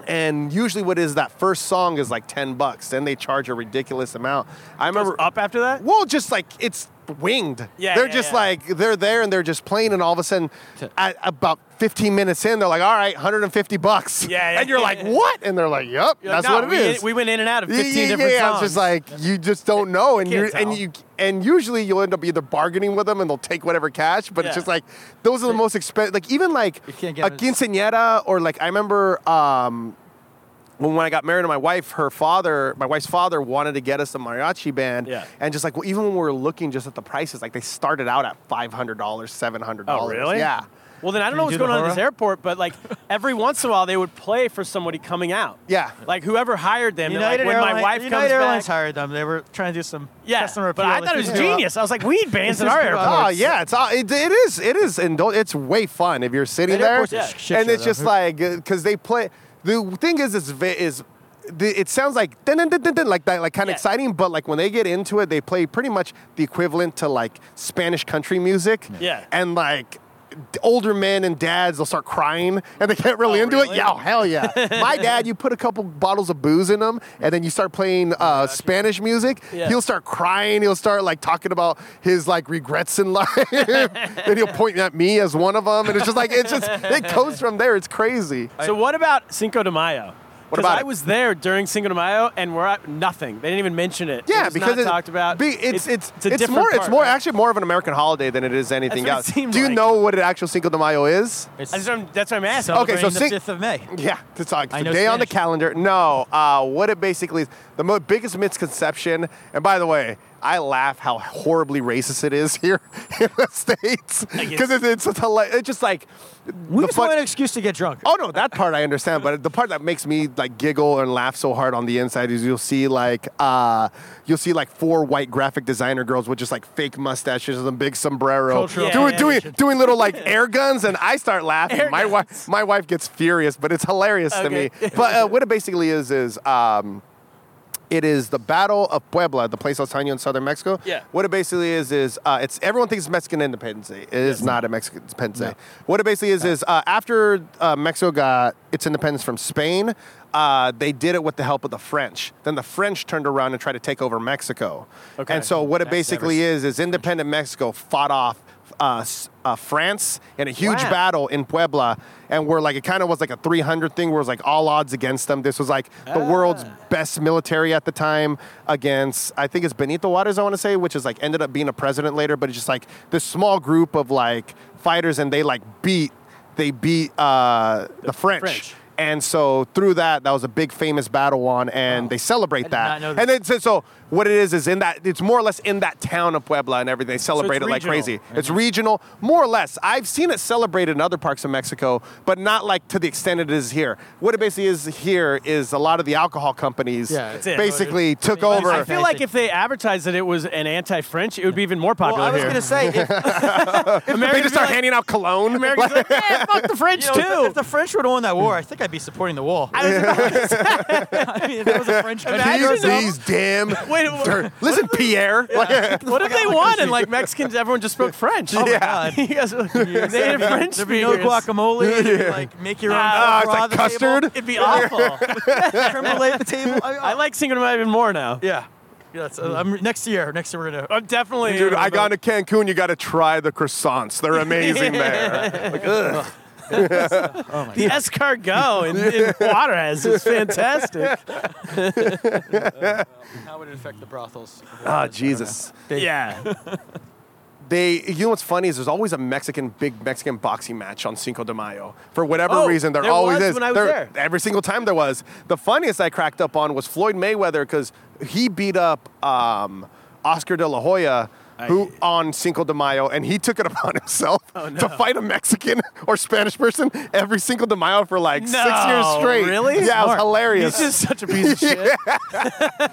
and usually what is that first song is like 10 bucks then they charge a ridiculous amount i
Goes
remember
up after that.
well, just like it's winged.
uh, Yeah,
They're
yeah,
just
yeah.
like they're there and they're just playing, and all of a sudden, at about 15 minutes in, they're like, "All right, 150 bucks."
Yeah, yeah.
And you're like, "What?" And they're like, "Yep,
You're like,
that's
"No,
what it
we,
is."
We went in and out of
Yeah,
15
yeah,
different
yeah,
songs.
It's just like you just don't know, and you
Can't
and
tell.
you and usually you'll end up either bargaining with them and they'll take whatever cash, but
Yeah.
it's just like those are the most expensive. Like even like a
can't get it.
quinceañera or like I remember. Um, when, when I got married to my wife, her father, my wife's father, wanted to get us a mariachi band,
Yeah.
and just like well, even when we were looking just at the prices, like they started out at five hundred dollars, seven hundred
Oh,
dollars.
really?
Yeah,
Well, then I don't know what's
do the
going on at this
hora?
airport, but
<laughs>
like every once in a while they would play for somebody coming out.
yeah.
Like whoever hired them, they're like,
United
when
Airlines,
my wife
United
comes
Airlines
back,
hired them. They were trying to do some
yeah.
customer
but
appeal,
I
like
thought it
this
was
is-
genius. I was like, we need bands in
This
our
is-
airport.
Oh yeah, it's all, it, it is it is and don't, it's way fun if you're sitting
That
there,
airport's a Yeah. shit
and
show,
it's just
though.
like because they play. The thing is, is ve- is the, it sounds like dun, dun, dun, dun, dun, like that, like kind of
Yeah.
exciting, but like when they get into it, they play pretty much the equivalent to like Spanish country music.
Yeah.
and like. d- Older men and dads, they'll start crying and they get really
Oh,
into it.
really?
Yeah, oh, hell yeah.
<laughs>
My dad, you put a couple bottles of booze in him and then you start playing uh, Spanish music,
Yeah.
he'll start crying. He'll start like talking about his like regrets
<laughs>
in <laughs> life. and he'll point at me as one of them. And it's just like, it's just, it goes from there. It's crazy.
So what about Cinco de Mayo?
What
Because
about
I
it?
was there during Cinco de Mayo, and we're at nothing. They didn't even mention it.
Yeah,
it was
because
not
it-
talked about.
Be, it's it's
a
it's
different
more it's
part,
more
right?
actually more of an American holiday than it is anything
That's what it seemed
else. Do you
like.
know what an actual Cinco de Mayo is?
I just don't- that's what I'm asking.
Okay, so
Celebrating the 5th
sing-
of May.
<laughs> Yeah, it's like
I
the
know
day on the
Spanish.
calendar. No, uh, what it basically is the mo- biggest misconception. And by the way, I laugh how horribly racist it is <laughs> here in the states because it's it's, it's, hila- it's just like
We
the
just
fun-
want an excuse to get drunk.
<laughs> Oh no, that part I understand, but the part that makes me like giggle and laugh so hard on the inside is you'll see like uh, you'll see like four white graphic designer girls with just like fake mustaches and a big sombrero,
Cultural
doing
Yeah,
doing doing
<laughs>
little like air guns, and I start laughing.
Air
my wife my wife gets furious, but it's hilarious
Okay.
to me. But uh, what it basically is is. Um, it is the Battle of Puebla, the place I was telling you in southern Mexico.
Yeah.
What it basically is is uh, it's everyone thinks it's Mexican Independence Day. It is not a Mexican Independence Day. What it basically is is uh, after uh, Mexico got its independence from Spain, uh, they did it with the help of the French. Then the French turned around and tried to take over Mexico.
Okay.
And so what it basically is is independent Mexico fought off. Uh, s- uh, France in a huge
Wow.
battle in Puebla, and where like it kind of was like a 300 thing, where it was like all odds against them. This was like the
Ah.
world's best military at the time against I think it's Benito Juarez I want to say which is like ended up being a president later but it's just like this small group of like fighters and they like beat they beat uh, the, French.
French.
And so through that, that was a big famous battle on, and they celebrate that.
not know
And it's, so what it is is in that it's more or less in that town of Puebla and everything. They celebrate it like
regional.
crazy.
Mm-hmm.
It's regional, more or less. I've seen it celebrated in other parts of Mexico, but not like to the extent it is here. What it basically is here is a lot of the alcohol companies
Yeah. That's
it.
basically took
I mean,
over.
I feel like if they advertised that it was an anti-French, it would be even more
Well,
popular
I was
here.
gonna say, if,
they just start handing out cologne.
Americans are like, yeah, fuck the
<laughs>
French
You know,
too.
If the French would have won that war, I think I'd be supporting the wall. I,
I was about to
<laughs>
say,
mean, if it was a French country,
Imagine
these,
Imagine though-
these
<laughs>
damn.
Wait, what-
dirt- Listen, Pierre. Like-
what if they won and like Mexicans, everyone just spoke French?
<laughs>
Oh my
Yeah.
god, you guys, they had French
there'd be no
speakers.
guacamole. You'd, like make your own
Ah,
it's like
guacamole at the table.
custard.
It'd be
<laughs>
awful.
Tremolay at the table. <laughs> I,
I like Cinco de Mayo even more now.
yeah. Yeah, that's- I'm, next year, next year we're gonna.
I'm definitely.
Dude, I got to Cancun. You got to try the
<laughs>
croissants. They're amazing there. Like, ugh.
<laughs> the escargot in, in Juarez is fantastic.
How would it affect the brothels?
Ah, Jesus.
yeah,
They, you know what's funny is there's always a Mexican, big Mexican boxing match on Cinco de Mayo. For whatever
Oh,
reason, there,
there
always
was
is.
when I was there.
Every single time there was. The funniest I cracked up on was Floyd Mayweather because he beat up um, Oscar De La Hoya. Who on Cinco de Mayo, and he took it <laughs> upon himself
Oh,
to fight a Mexican <laughs> or Spanish person every Cinco de Mayo for like six years
No,
straight.
really?
Yeah, it was
Smart.
hilarious.
he's just such a piece of shit.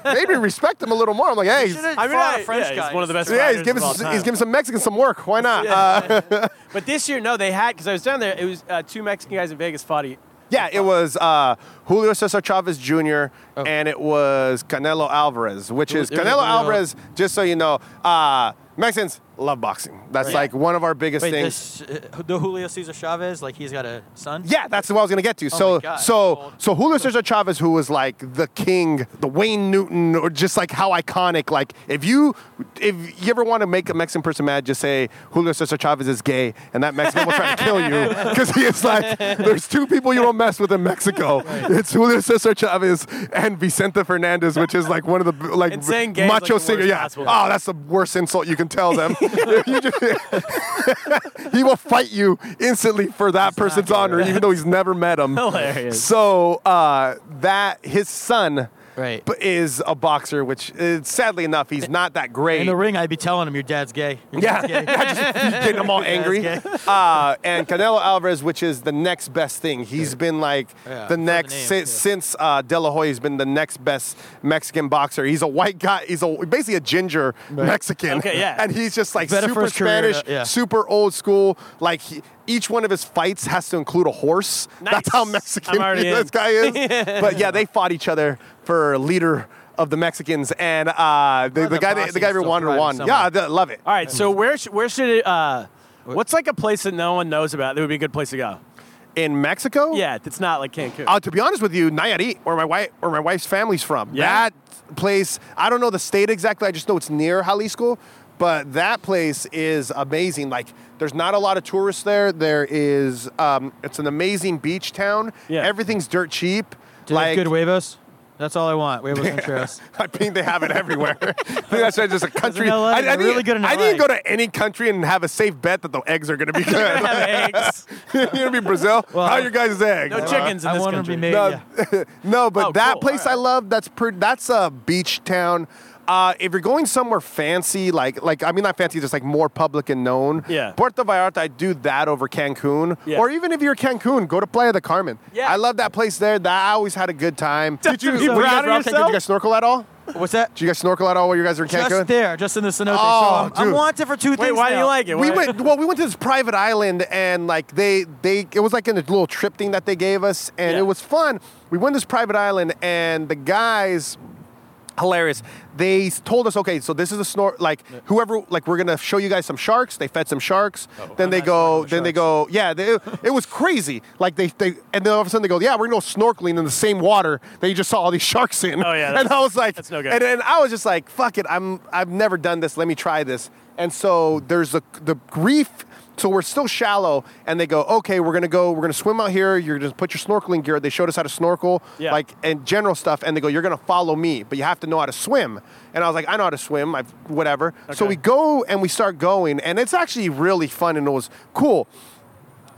Maybe respect him a little more. I'm like, hey, he's-
I mean,
I-
a French
yeah,
guy.
he's one of the best.
yeah, he's
fighters
giving
of all
some,
time.
he's giving some Mexicans some work. Why not?
Yeah.
Uh,
But this year, no, they had because I was down there. It was uh, two Mexican guys in Vegas fought. e-
Yeah, it was uh, Julio Cesar Chavez Jr. and it was Canelo Alvarez, which is
Oh. it was
Canelo
Canelo.
Alvarez. Just so you know, uh, Mexicans love boxing. That's like one of our biggest
Wait,
things.
this, uh, the Julio Cesar Chavez, like he's got a son.
Yeah, that's what I was gonna
Oh
get to.
my
so,
God.
so, so Julio Cesar Chavez, who was like the king, the Wayne Newton, or just like how iconic. Like, if you, if you ever want to make a Mexican person mad, just say Julio Cesar Chavez is gay, and that Mexican will try to kill you
<laughs>
because he is like, there's two people you don't mess with in Mexico. It's Julio Cesar Chavez and Vicente Fernandez, which is like one of the like
And saying gay is, like,
macho
the worst
singer. Yeah.
possible.
Oh, that's the worst insult you can tell
<laughs>
them. <laughs> You just- he will fight you instantly for that person's honor, even though he's never met him.
Hilarious.
So uh, that his son
Right.
b- is a boxer, which is, sadly enough, he's not that great.
In the ring, I'd be telling him your dad's gay. Your dad's
yeah,
gay. <laughs>
yeah, just getting them all angry.
gay.
Uh, and Canelo Alvarez, which is the next best thing. He's been like
Yeah,
the
from the
next
name,
si-
yeah.
since uh, De La Hoya. He's been the next best Mexican boxer. He's a white guy. He's a, basically a ginger Mexican.
Okay, yeah.
And he's just like
Better for
super
his career,
Spanish,
yeah.
super old school. Like he, each one of his fights has to include a horse. That's how
Nice.
Mexican
I'm already
<laughs> this
in.
guy
<laughs>
is. but yeah, they fought each other for leader of the Mexicans, and uh, the, the
that
guy that,
boxing
the guy
is
who
still
won
thriving
won.
somewhere.
Yeah, I love it.
All right, so where sh- where should it? Uh, what's like a place that no one knows about that would be a good place to go?
in Mexico.
Yeah, it's not like Cancun.
Uh, to be honest with you, Nayarit, where my wife, where my wife's family's from,
Yeah?
that place. I don't know the state exactly. I just know it's near Jalisco, but that place is amazing. Like, there's not a lot of tourists there. There is, um, it's an amazing beach town.
Yeah.
Everything's dirt cheap.
Do they have good huevos? That's all I want. Huevos and churros.
<laughs> I think they have it everywhere. <laughs> I think that's why just a country.
in LA,
I, I
they're
think-
really good in
I didn't
LA.
go to any country and have a safe bet that the eggs are going to be good. <laughs>
eggs.
You're going to be Brazil. How are your guys' eggs?
No
Huh?
chickens in
I
this
want 'em
country.
to be made.
No,
yeah.
<laughs> no, but
Oh,
that
cool.
place I
Alright.
love. That's pretty. That's a beach town. Uh, if you're going somewhere fancy, like like I mean not fancy, just like more public and known.
Yeah.
Puerto Vallarta, I do that over Cancun.
Yeah.
Or even if you're Cancun, go to Playa del Carmen.
Yeah.
I love that place there. That I always had a good time.
Did <laughs> you-
when you guys
proud of
were out Cancun, Did
yourself?
you guys snorkel at all?
What's that?
Did you guys snorkel at all while you guys were in Cancun?
Just there, just in the cenote.
Oh,
so I'm, I'm
dude.
wanted for two things.
Wait, why do
now.
you like it?
we
Why-
went well we went to this private island and like they they it was like in a little trip thing that they gave us and
Yeah.
it was fun we went to this private island and the guys hilarious they s- told us okay so this is a snor like whoever like we're gonna show you guys some sharks they fed some sharks
Oh,
then they go then they go yeah they, it was crazy like they, they and then all of a sudden they go yeah we're gonna go snorkeling in the same water that you just saw all these sharks in
Oh, yeah,
<laughs> and
that's-
i was like
that's no good.
and and I was just like, fuck it, I'm I've never done this. Let me try this. And so there's the the grief. So we're still shallow, and they go, okay, we're gonna go, we're gonna swim out here. You're just put your snorkeling gear. They showed us how to snorkel,
Yeah.
like and general stuff, and they go, you're gonna follow me, but you have to know how to swim. And I was like, I know how to swim, I've whatever. So
Okay.
we go and we start going, and it's actually really fun, and it was cool.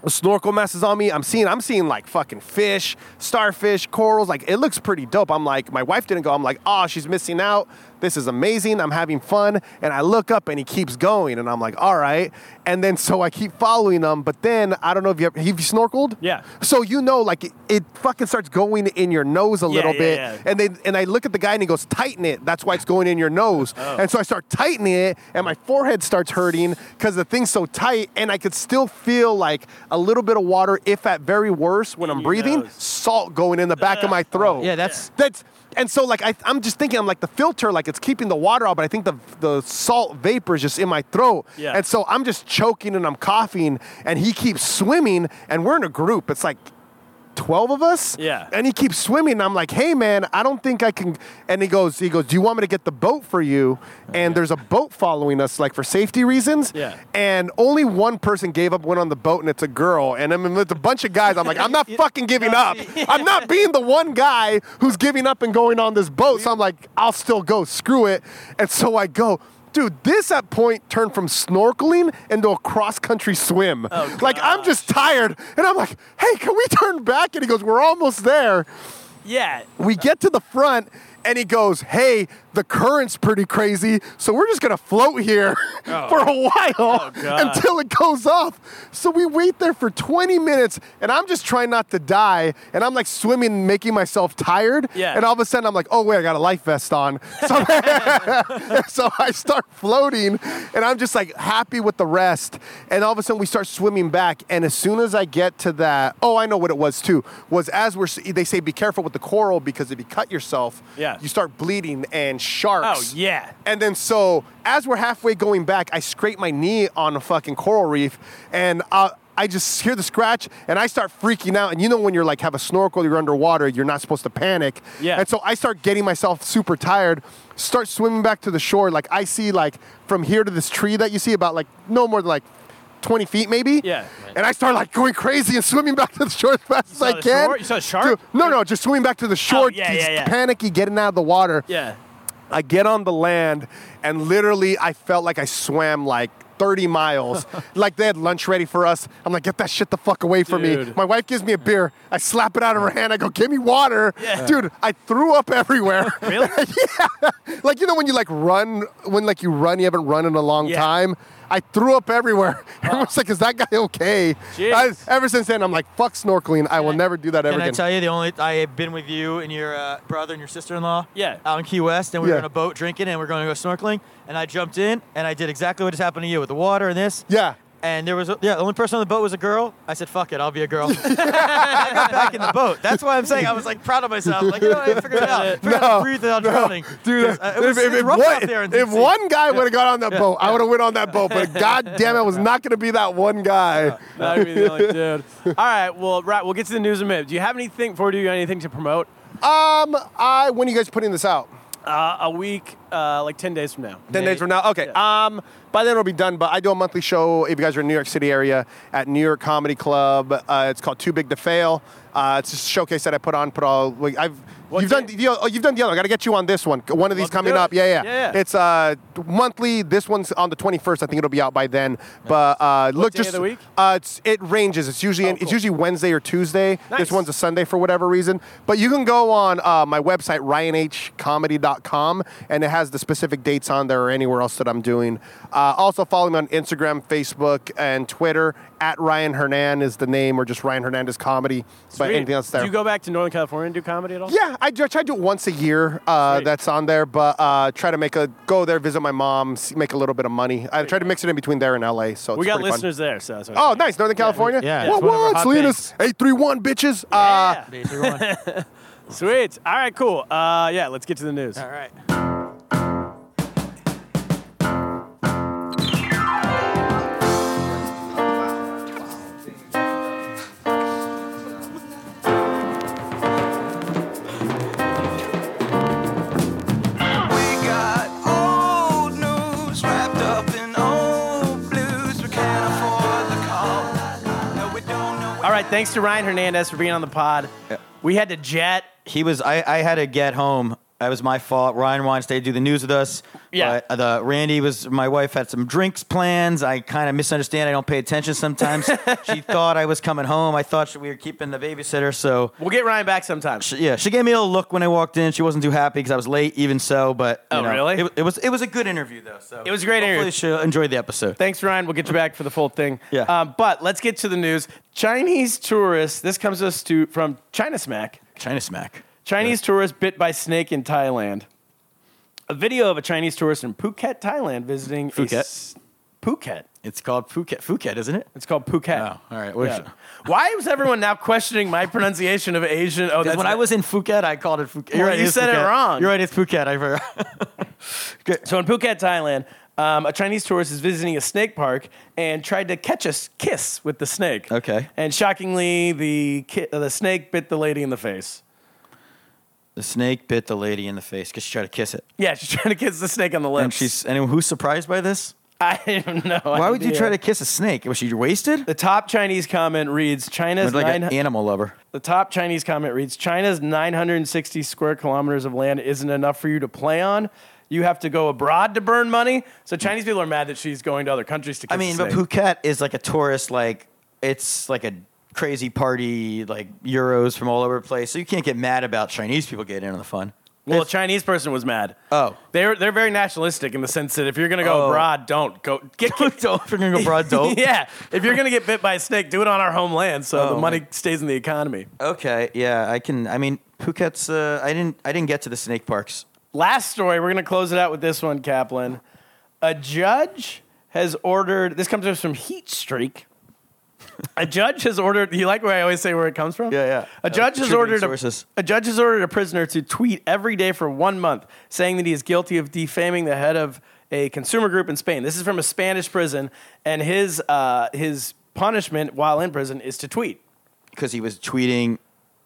a snorkel mask is on me. I'm seeing, I'm seeing like fucking fish, starfish, corals. Like it looks pretty dope. I'm like, my wife didn't go. I'm like, oh, she's missing out. This is amazing. I'm having fun. And I look up and he keeps going. And I'm like, all right. And then so I keep following him. But then I don't know if you ever, have you snorkeled?
Yeah.
So you know, like it, it fucking starts going in your nose a
Yeah,
little
yeah,
bit.
yeah.
And they and I look at the guy and he goes, tighten it. That's why it's going in your nose.
Oh.
And so I start tightening it, and my forehead starts hurting because the thing's so tight, and I could still feel like a little bit of water, if at very worst, when I'm
your
breathing,
nose. Oh,
salt going in the
<laughs>
back of my throat.
Yeah, that's-
that's. And so, like, I, I'm just thinking, I'm like the filter, like it's keeping the water out, but I think the the salt vapor is just in my throat.
Yeah.
And so I'm just choking and I'm coughing, and he keeps swimming, and we're in a group. It's like 12 of us.
Yeah.
And he keeps swimming. And I'm like, hey, man, I don't think I can. And he goes, he goes, do you want me to get the boat for you? And there's a boat following us, like for safety reasons.
Yeah.
And only one person gave up, went on the boat, and it's a girl. And I mean, it's a bunch of guys. I'm like, I'm not fucking giving up. I'm not being the one guy who's giving up and going on this boat. So I'm like, I'll still go. Screw it. And so I go. Dude, this at point turned from snorkeling into a cross country swim. like I'm just tired, and I'm like, "Hey, can we turn back?" And he goes, "We're almost there."
Yeah.
We get to the front and he goes, Hey, the current's pretty crazy, so we're just gonna float here <laughs> for a while
Oh. God.
until it goes off. So we wait there for 20 minutes and I'm just trying not to die and I'm like swimming, making myself tired.
Yeah.
And all of a sudden I'm like, Oh, wait, I got a life vest on.
<laughs>
So, <laughs> so I start floating and I'm just like happy with the rest. And all of a sudden we start swimming back. And as soon as I get to that, oh, I know what it was too, was as we're, s- they say be careful with the coral because if you cut yourself,
Yeah.
you start bleeding and
Oh
sharks.
yeah.
And then so as we're halfway going back, I scrape my knee on a fucking coral reef, and uh, I just hear the scratch, and I start freaking out. And you know when you're like have a snorkel, you're underwater, you're not supposed to panic.
Yeah.
And so I start getting myself super tired, start swimming back to the shore. Like I see like from here to this tree that you see about like no more than like. 20 feet maybe
Yeah.
and i start like going crazy and swimming back to the shore as fast as
saw
i
the
can
shore? You saw the shark? Oh,
Dude, no no just swimming back to the shore
yeah,
he's
yeah, yeah.
panicky getting out of the water
Yeah.
I get on the land and literally I felt like I swam like 30 miles. like they had lunch ready for us. I'm like, get that shit the fuck away from me.
Dude.
My wife gives me a beer. I slap it out of her hand. I go, give me water. Dude, I threw up everywhere. <laughs>
Really?
like, you know, when you like run, when like you run, you haven't run in a long
Yeah.
time. I threw up everywhere. <laughs> Everyone's like, is that guy okay? I,
Jeez.
ever since then, I'm like, fuck snorkeling. I will never do that ever
Can I
again.
tell you the only I have been with you and your uh, brother and your sister-in-law?
Yeah.
Out in Key West, and we
Yeah.
were on a boat drinking, and we are going to go snorkeling, and I jumped in, and I did exactly what just happened to you with the water and this.
yeah.
And there was a, yeah, the only person on the boat was a girl. I said, "Fuck it, I'll be a girl." <laughs> I got back in the boat. That's why I'm saying I was like proud of myself. Like, you know, I figured it out. Figured out how to breathe without drowning.
Dude,
'Cause, uh, it was,
if,
it's
if
rough
one,
out there. In
if
DC. <laughs>
one guy would have got on that boat, I would have went on that boat. But god damn, it was not going to be that one guy.
That would be the only
<laughs>
dude. All right. Well, right. We'll get to the news in a minute. Do you have anything before we do you got anything to promote?
Um, I when are you guys putting this out?
Uh, a week, uh, like ten days from now.
Ten days from now. Okay. Um, by then it'll be done. But I do a monthly show. If you guys are in New York City area, at New York Comedy Club, uh, it's called Too Big to Fail. Uh, it's just a showcase that I put on. Put all. Like, I've. you've done.
day?
The, oh, you've done the other. I got to get you on this one. One of these
Love to
coming
do it.
up. Yeah, yeah.
Yeah, yeah.
It's uh monthly. This one's on the 21st. I think it'll be out by then. But uh, look,
day of
just
the week? Oh,
Uh, it's, it ranges. It's usually it's usually Wednesday or Tuesday. This
Nice.
one's a Sunday for whatever reason. But you can go on uh, my website ryanhcomedy.com and it has the specific dates on there or anywhere else that I'm doing. Uh, also follow me on Instagram, Facebook, and Twitter at Ryan Hernan is the name or just Ryan Hernandez Comedy. But
Sweet.
anything else there?
Do you go back to Northern California and do comedy at all?
Yeah, I, do- I try to do it once a year. Uh,
Sweet.
that's on there, but uh, try to make a go there, visit my mom, see, make a little bit of money. I try to mix it in between there and LA. So it's
We got
pretty fun.
listeners there, so. That's what
Oh, nice, Northern California.
yeah,
What
it's one of our
what?
hot
Salinas eight three one bitches. Uh,
Yeah. Sweet. All right. Cool. Uh, yeah. Let's get to the news.
All right.
We got old news wrapped up in old blues. We can't afford the call. No, we don't know.
All right, thanks to Ryan Hernandez for being on the pod. We had to jet.
He was. I, I had to get home That was my fault. Ryan wanted to stay do the news with us.
Yeah.
But uh, the Randy was my wife had some drinks plans. I kind of misunderstand. I don't pay attention
<laughs>
sometimes. she thought I was coming home. I thought she, we were keeping the babysitter. So
We'll get Ryan back sometime.
she- yeah, she gave me a little look when I walked in. She wasn't too happy because I was late. Even so, but you
Oh,
know,
really?
It, it was it was a good interview though. So
It was a great
Hopefully
interview.
she'll enjoy the episode.
Thanks, Ryan. We'll get you back for the full thing.
Yeah.
Um, but let's get to the news. Chinese tourists. This comes us to from China Smack.
China smack.
Chinese tourist bit by snake in Thailand. A video of a Chinese tourist in Phuket, Thailand, visiting a
Phuket.
s- Phuket.
It's called Phuket. Phuket, isn't it?
It's called Phuket.
Oh, all right. What is it?
Why is everyone now questioning my pronunciation of Asian? Oh, that's
Because when I was in Phuket, I called it Phuket. You're
Well,
right,
you
is
said it
Phuket.
wrong.
You're right. It's Phuket. I forgot.
So in Phuket, Thailand, um, a Chinese tourist is visiting a snake park and tried to catch a s- kiss with the snake.
Okay.
And shockingly, the ki- uh, the snake bit the lady in the face.
<laughs> The snake bit the lady in the face because she tried to kiss it.
Yeah, <laughs> she's trying to kiss the snake on the lips.
And she's and who's surprised by this?
<laughs> I don't know.
Why would you try to kiss a snake? Was she wasted?
The top Chinese comment reads China's
like
nine,
an animal lover.
the top Chinese comment reads China's 960 square kilometers of land isn't enough for you to play on. You have to go abroad to burn money. So Chinese people are mad that she's going to other countries to kiss
I mean,
the
but
snake.
Phuket is like a tourist, like it's like a crazy party, like Euros from all over the place. So you can't get mad about Chinese people getting in on the fun.
Well, a Chinese person was mad.
Oh.
they're they're very nationalistic in the sense that if you're gonna go
Oh.
abroad, don't go get kicked.
If you're gonna go broad
<laughs>
dope.
yeah, if you're gonna get bit by a snake, do it on our homeland so
Oh,
the money stays in the economy.
Okay, yeah, I can. I mean, Phuket's. Uh, I didn't. I didn't get to the snake parks.
Last story, we're gonna close it out with this one, Kaplan. A judge has ordered. This comes from Heat
<laughs>
Streak. A judge has ordered. You like where I always say where it comes from?
Yeah, yeah.
A judge has
Attributing
ordered
sources.
a, a judge has ordered a prisoner to tweet every day for one month, saying that he is guilty of defaming the head of a consumer group in Spain. This is from a Spanish prison, and his uh, his punishment while in prison is to tweet.
because he was tweeting.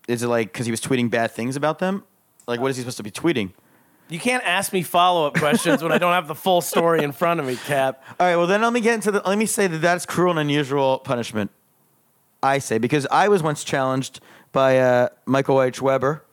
Is it like because he was tweeting bad things about them? Like, what is he supposed to be tweeting?
You can't ask me follow up <laughs> questions when I don't have the full story in front of me, Cap.
All right. Well, then let me get into the. Let me say that that's cruel and unusual punishment. I say because I was once challenged by uh, Michael H. Weber,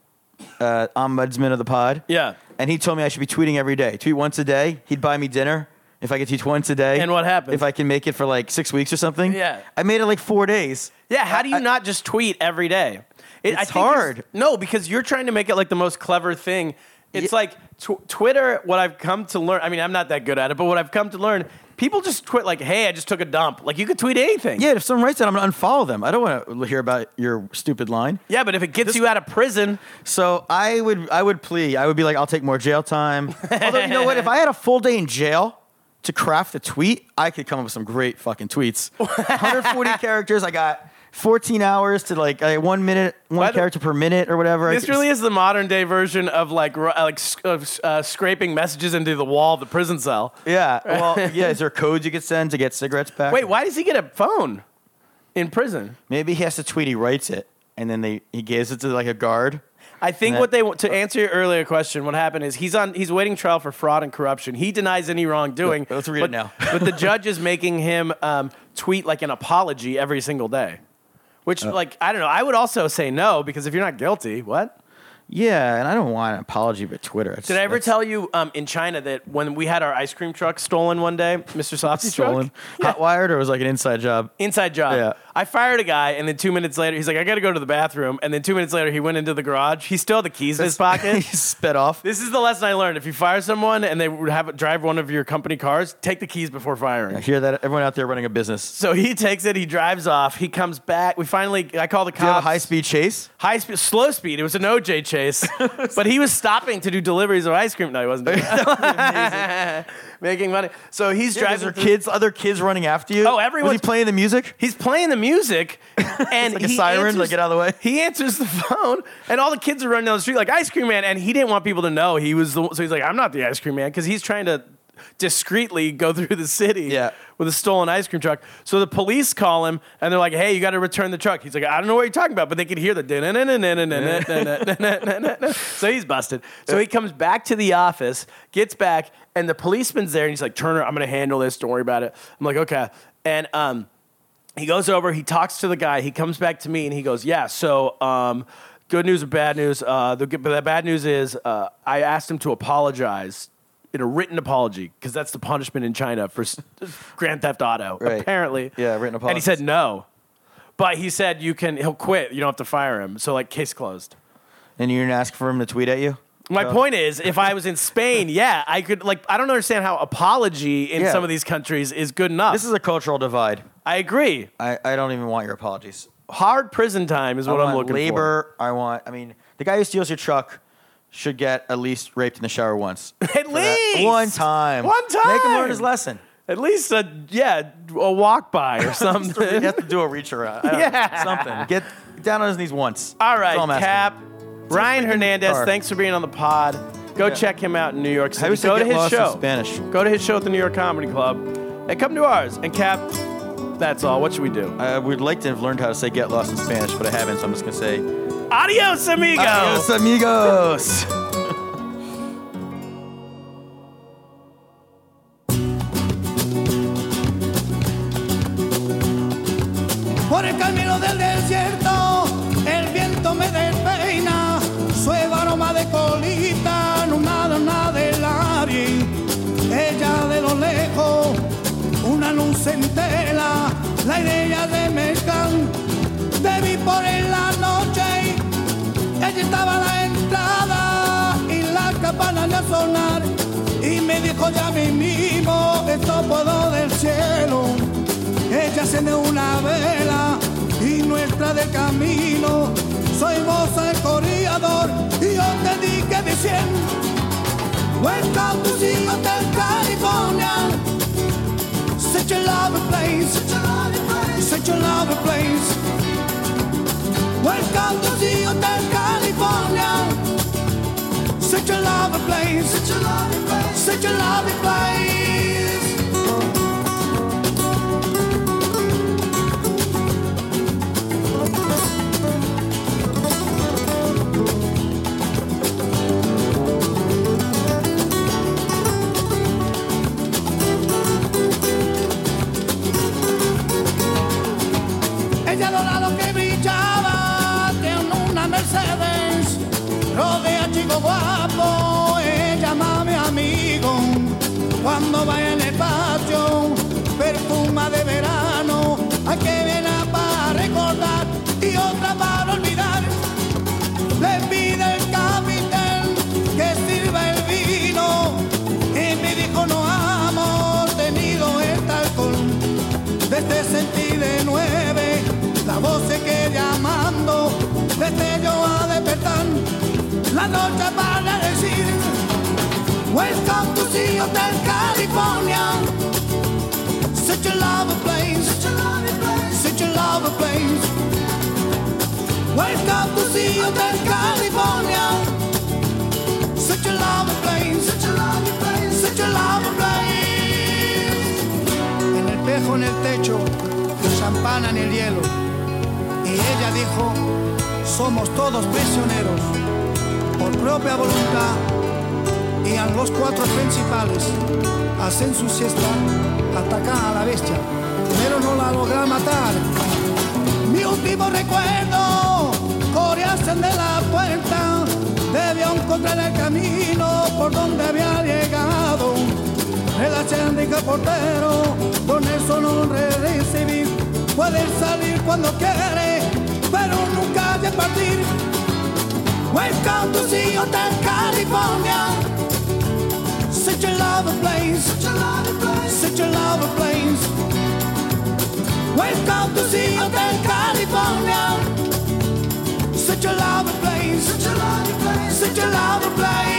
uh, ombudsman of the pod.
Yeah.
And he told me I should be tweeting every day. Tweet once a day. He'd buy me dinner if I could tweet once a day.
And what happened?
If I can make it for like six weeks or something.
Yeah.
I made it like four days.
Yeah, how do you
I-
not just tweet every day? It,
It's hard.
no, because you're trying to make it like the most clever thing. It's
Ye-
like tw- Twitter. What I've come to learn. I mean, I'm not that good at it, but what I've come to learn, people just tweet like, "Hey, I just took a dump." Like you could tweet anything.
Yeah. If someone writes that, I'm gonna unfollow them. I don't want to hear about your stupid line.
yeah, but if it gets you out of prison,
So I would I would plea. I would be like, I'll take more jail time. Although you know what? If I had a full day in jail to craft a tweet, I could come up with some great
<laughs>
fucking tweets. 140 characters. I got 14 hours to like I, one minute, one
By the-
character per minute or whatever. I
this
could-
really is the modern day version of like ru- like sc- of, uh, scraping messages into the wall of the prison cell.
Yeah.
<laughs>
Well, yeah. Is there codes you could send to get cigarettes back?
Wait, why does he get a phone in prison?
Maybe he has to tweet. He writes it, and then they he gives it to like a guard.
I think
And
what
that-
they want to answer your earlier question, what happened is he's on he's waiting trial for fraud and corruption. He denies any wrongdoing.
Let's read
but,
it now.
<laughs> but the judge is making him um, tweet like an apology every single day.
Uh.
Which, like, I don't know. I would also say no because if you're not guilty, what?
Yeah, and I don't want an apology, but Twitter. It's-
Did I ever
it's
tell you um, in China that when we had our ice cream truck stolen one day, Mr. Softy <laughs>
stolen? Hot wired or was it like an inside job?
Inside job.
Yeah.
I fired a guy, and then two minutes later, he's like, I got to go to the bathroom. And then two minutes later, he went into the garage. He still had the keys in his
<laughs> he
pocket.
sped off.
This is the lesson I learned. If you fire someone and they would have drive one of your company cars, take the keys before
I
firing.
hear that everyone out there running a business.
So he takes it, he drives off, he comes back. We finally, I call the cops.
Do you have a high speed chase?
high speed, slow speed. It was an OJ
<laughs>
chase, but he was stopping to do deliveries of ice cream. No, he wasn't. Doing
<laughs>
that. <laughs> Making money. So he's
Is
driving.
there
through-
kids, other kids running after you?
Oh,
Was
everyone's-
he playing the music?
He's playing the
<laughs>
music, and
like a
he
siren,
answers-
like, get out of the way.
He answers the phone, and all the kids are running down the street like ice cream man, and he didn't want people to know he was the. So he's like, I'm not the ice cream man, because he's trying to discreetly go through the city
Yeah.
with a stolen ice cream truck. So the police call him, and they're like, Hey, you got to return the truck. He's like, I don't know what you're talking about, but they could hear the. da-na-na-na-na-na-na-na-na-na-na-na-na. So he's busted. So he comes back to the office, gets back, and the policeman's there, and he's like, Turner, I'm gonna handle this. Don't worry about it. I'm like, okay, and um he goes over, he talks to the guy, he comes back to me, and he goes, Yeah, so um, Good news and bad news. Uh, the, good- but the bad news is uh, I asked him to apologize in a written apology because that's the punishment in China for s- Grand Theft Auto,
Right.
apparently.
Yeah, written
And he said no. But he said you can. He'll quit. You don't have to fire him. So like case closed.
And you didn't ask for him to tweet at you?
My point is, if I
<laughs>
was in Spain, yeah, I could like. I don't understand how apology in
Yeah.
some of these countries is good enough.
This is a cultural divide.
I agree.
I, I don't even want your apologies.
Hard prison time is what
I
I'm
want
looking for.
labor. I want. I mean, the guy who steals your truck should get at least raped in the shower once.
<laughs> At
For that
least
one time.
One
Make him learn his
time.
lesson.
At least a yeah, a walk
<laughs>
by or
You
something.
have to do a reach around. I
<laughs>
don't know,
Yeah.
uh, something. Get down on his knees once.
All
That's
right,
I'm asking.
Cap. Ryan Hernandez,
car.
thanks for being on the pod. Go check him out in New York
How do
City.
you say
Go to
get
his
lost in
show.
Spanish?
Go to his show at the New York Comedy Club, and come to ours. And Cap, that's all. What should we do?
I would like to have learned how to say get lost in Spanish, but I haven't, so I'm just going to say.
Adios, amigos.
Adios, amigos!
Por el camino del desierto, el viento me despeina, su aroma de colita, no nada, nada de nadie. Ella de lo lejos, una luz entera, la idea de Mezcán, te vi por en la noche, ella estaba a la entrada y la campana de sonar, y me dijo ya a mí mismo, esto puedo del cielo. Ella de una vela y nuestra del camino. Soy vos el corredor y yo te dije diciendo Welcome to the Hotel California. Such a lovely place, such a lovely place, such a lovely place. Welcome to the Hotel California. Such a lovely place, such a lovely place, such a lovely place. Ella dorado que brillaba en una Mercedes Rodea chico guapo, ella mami amigo Cuando va en el patio, perfuma de verano Hay que viene para recordar y otra para olvidar Le pide el capitán que sirva el vino Y me dijo no amo tenido el alcohol desde sentí de nueve, la voz se queda llamando, desde yo a despertar, la noche para decir, Welcome to the Hotel California, such a lovely place, such a lovely place, such a lovely place. Welcome to the Hotel California, such a lovely place, such a lovely place, such a lovely place en el espejo, en el techo, champana en el hielo. Y ella dijo, somos todos prisioneros, por propia voluntad. Y a los cuatro principales hacen su siesta, atacan a la bestia, pero no la logran matar. Mi último recuerdo, coreasen de la puerta, debió encontrar el camino por donde había llegado. El agente portero, con eso no re- recibir, puede salir cuando quiere, pero nunca de partir. Welcome to the Hotel California, such a lovely place, such a lovely place, such a lovely place. Welcome to the Hotel California. Such a lovely place, such a lovely place, such a lovely place.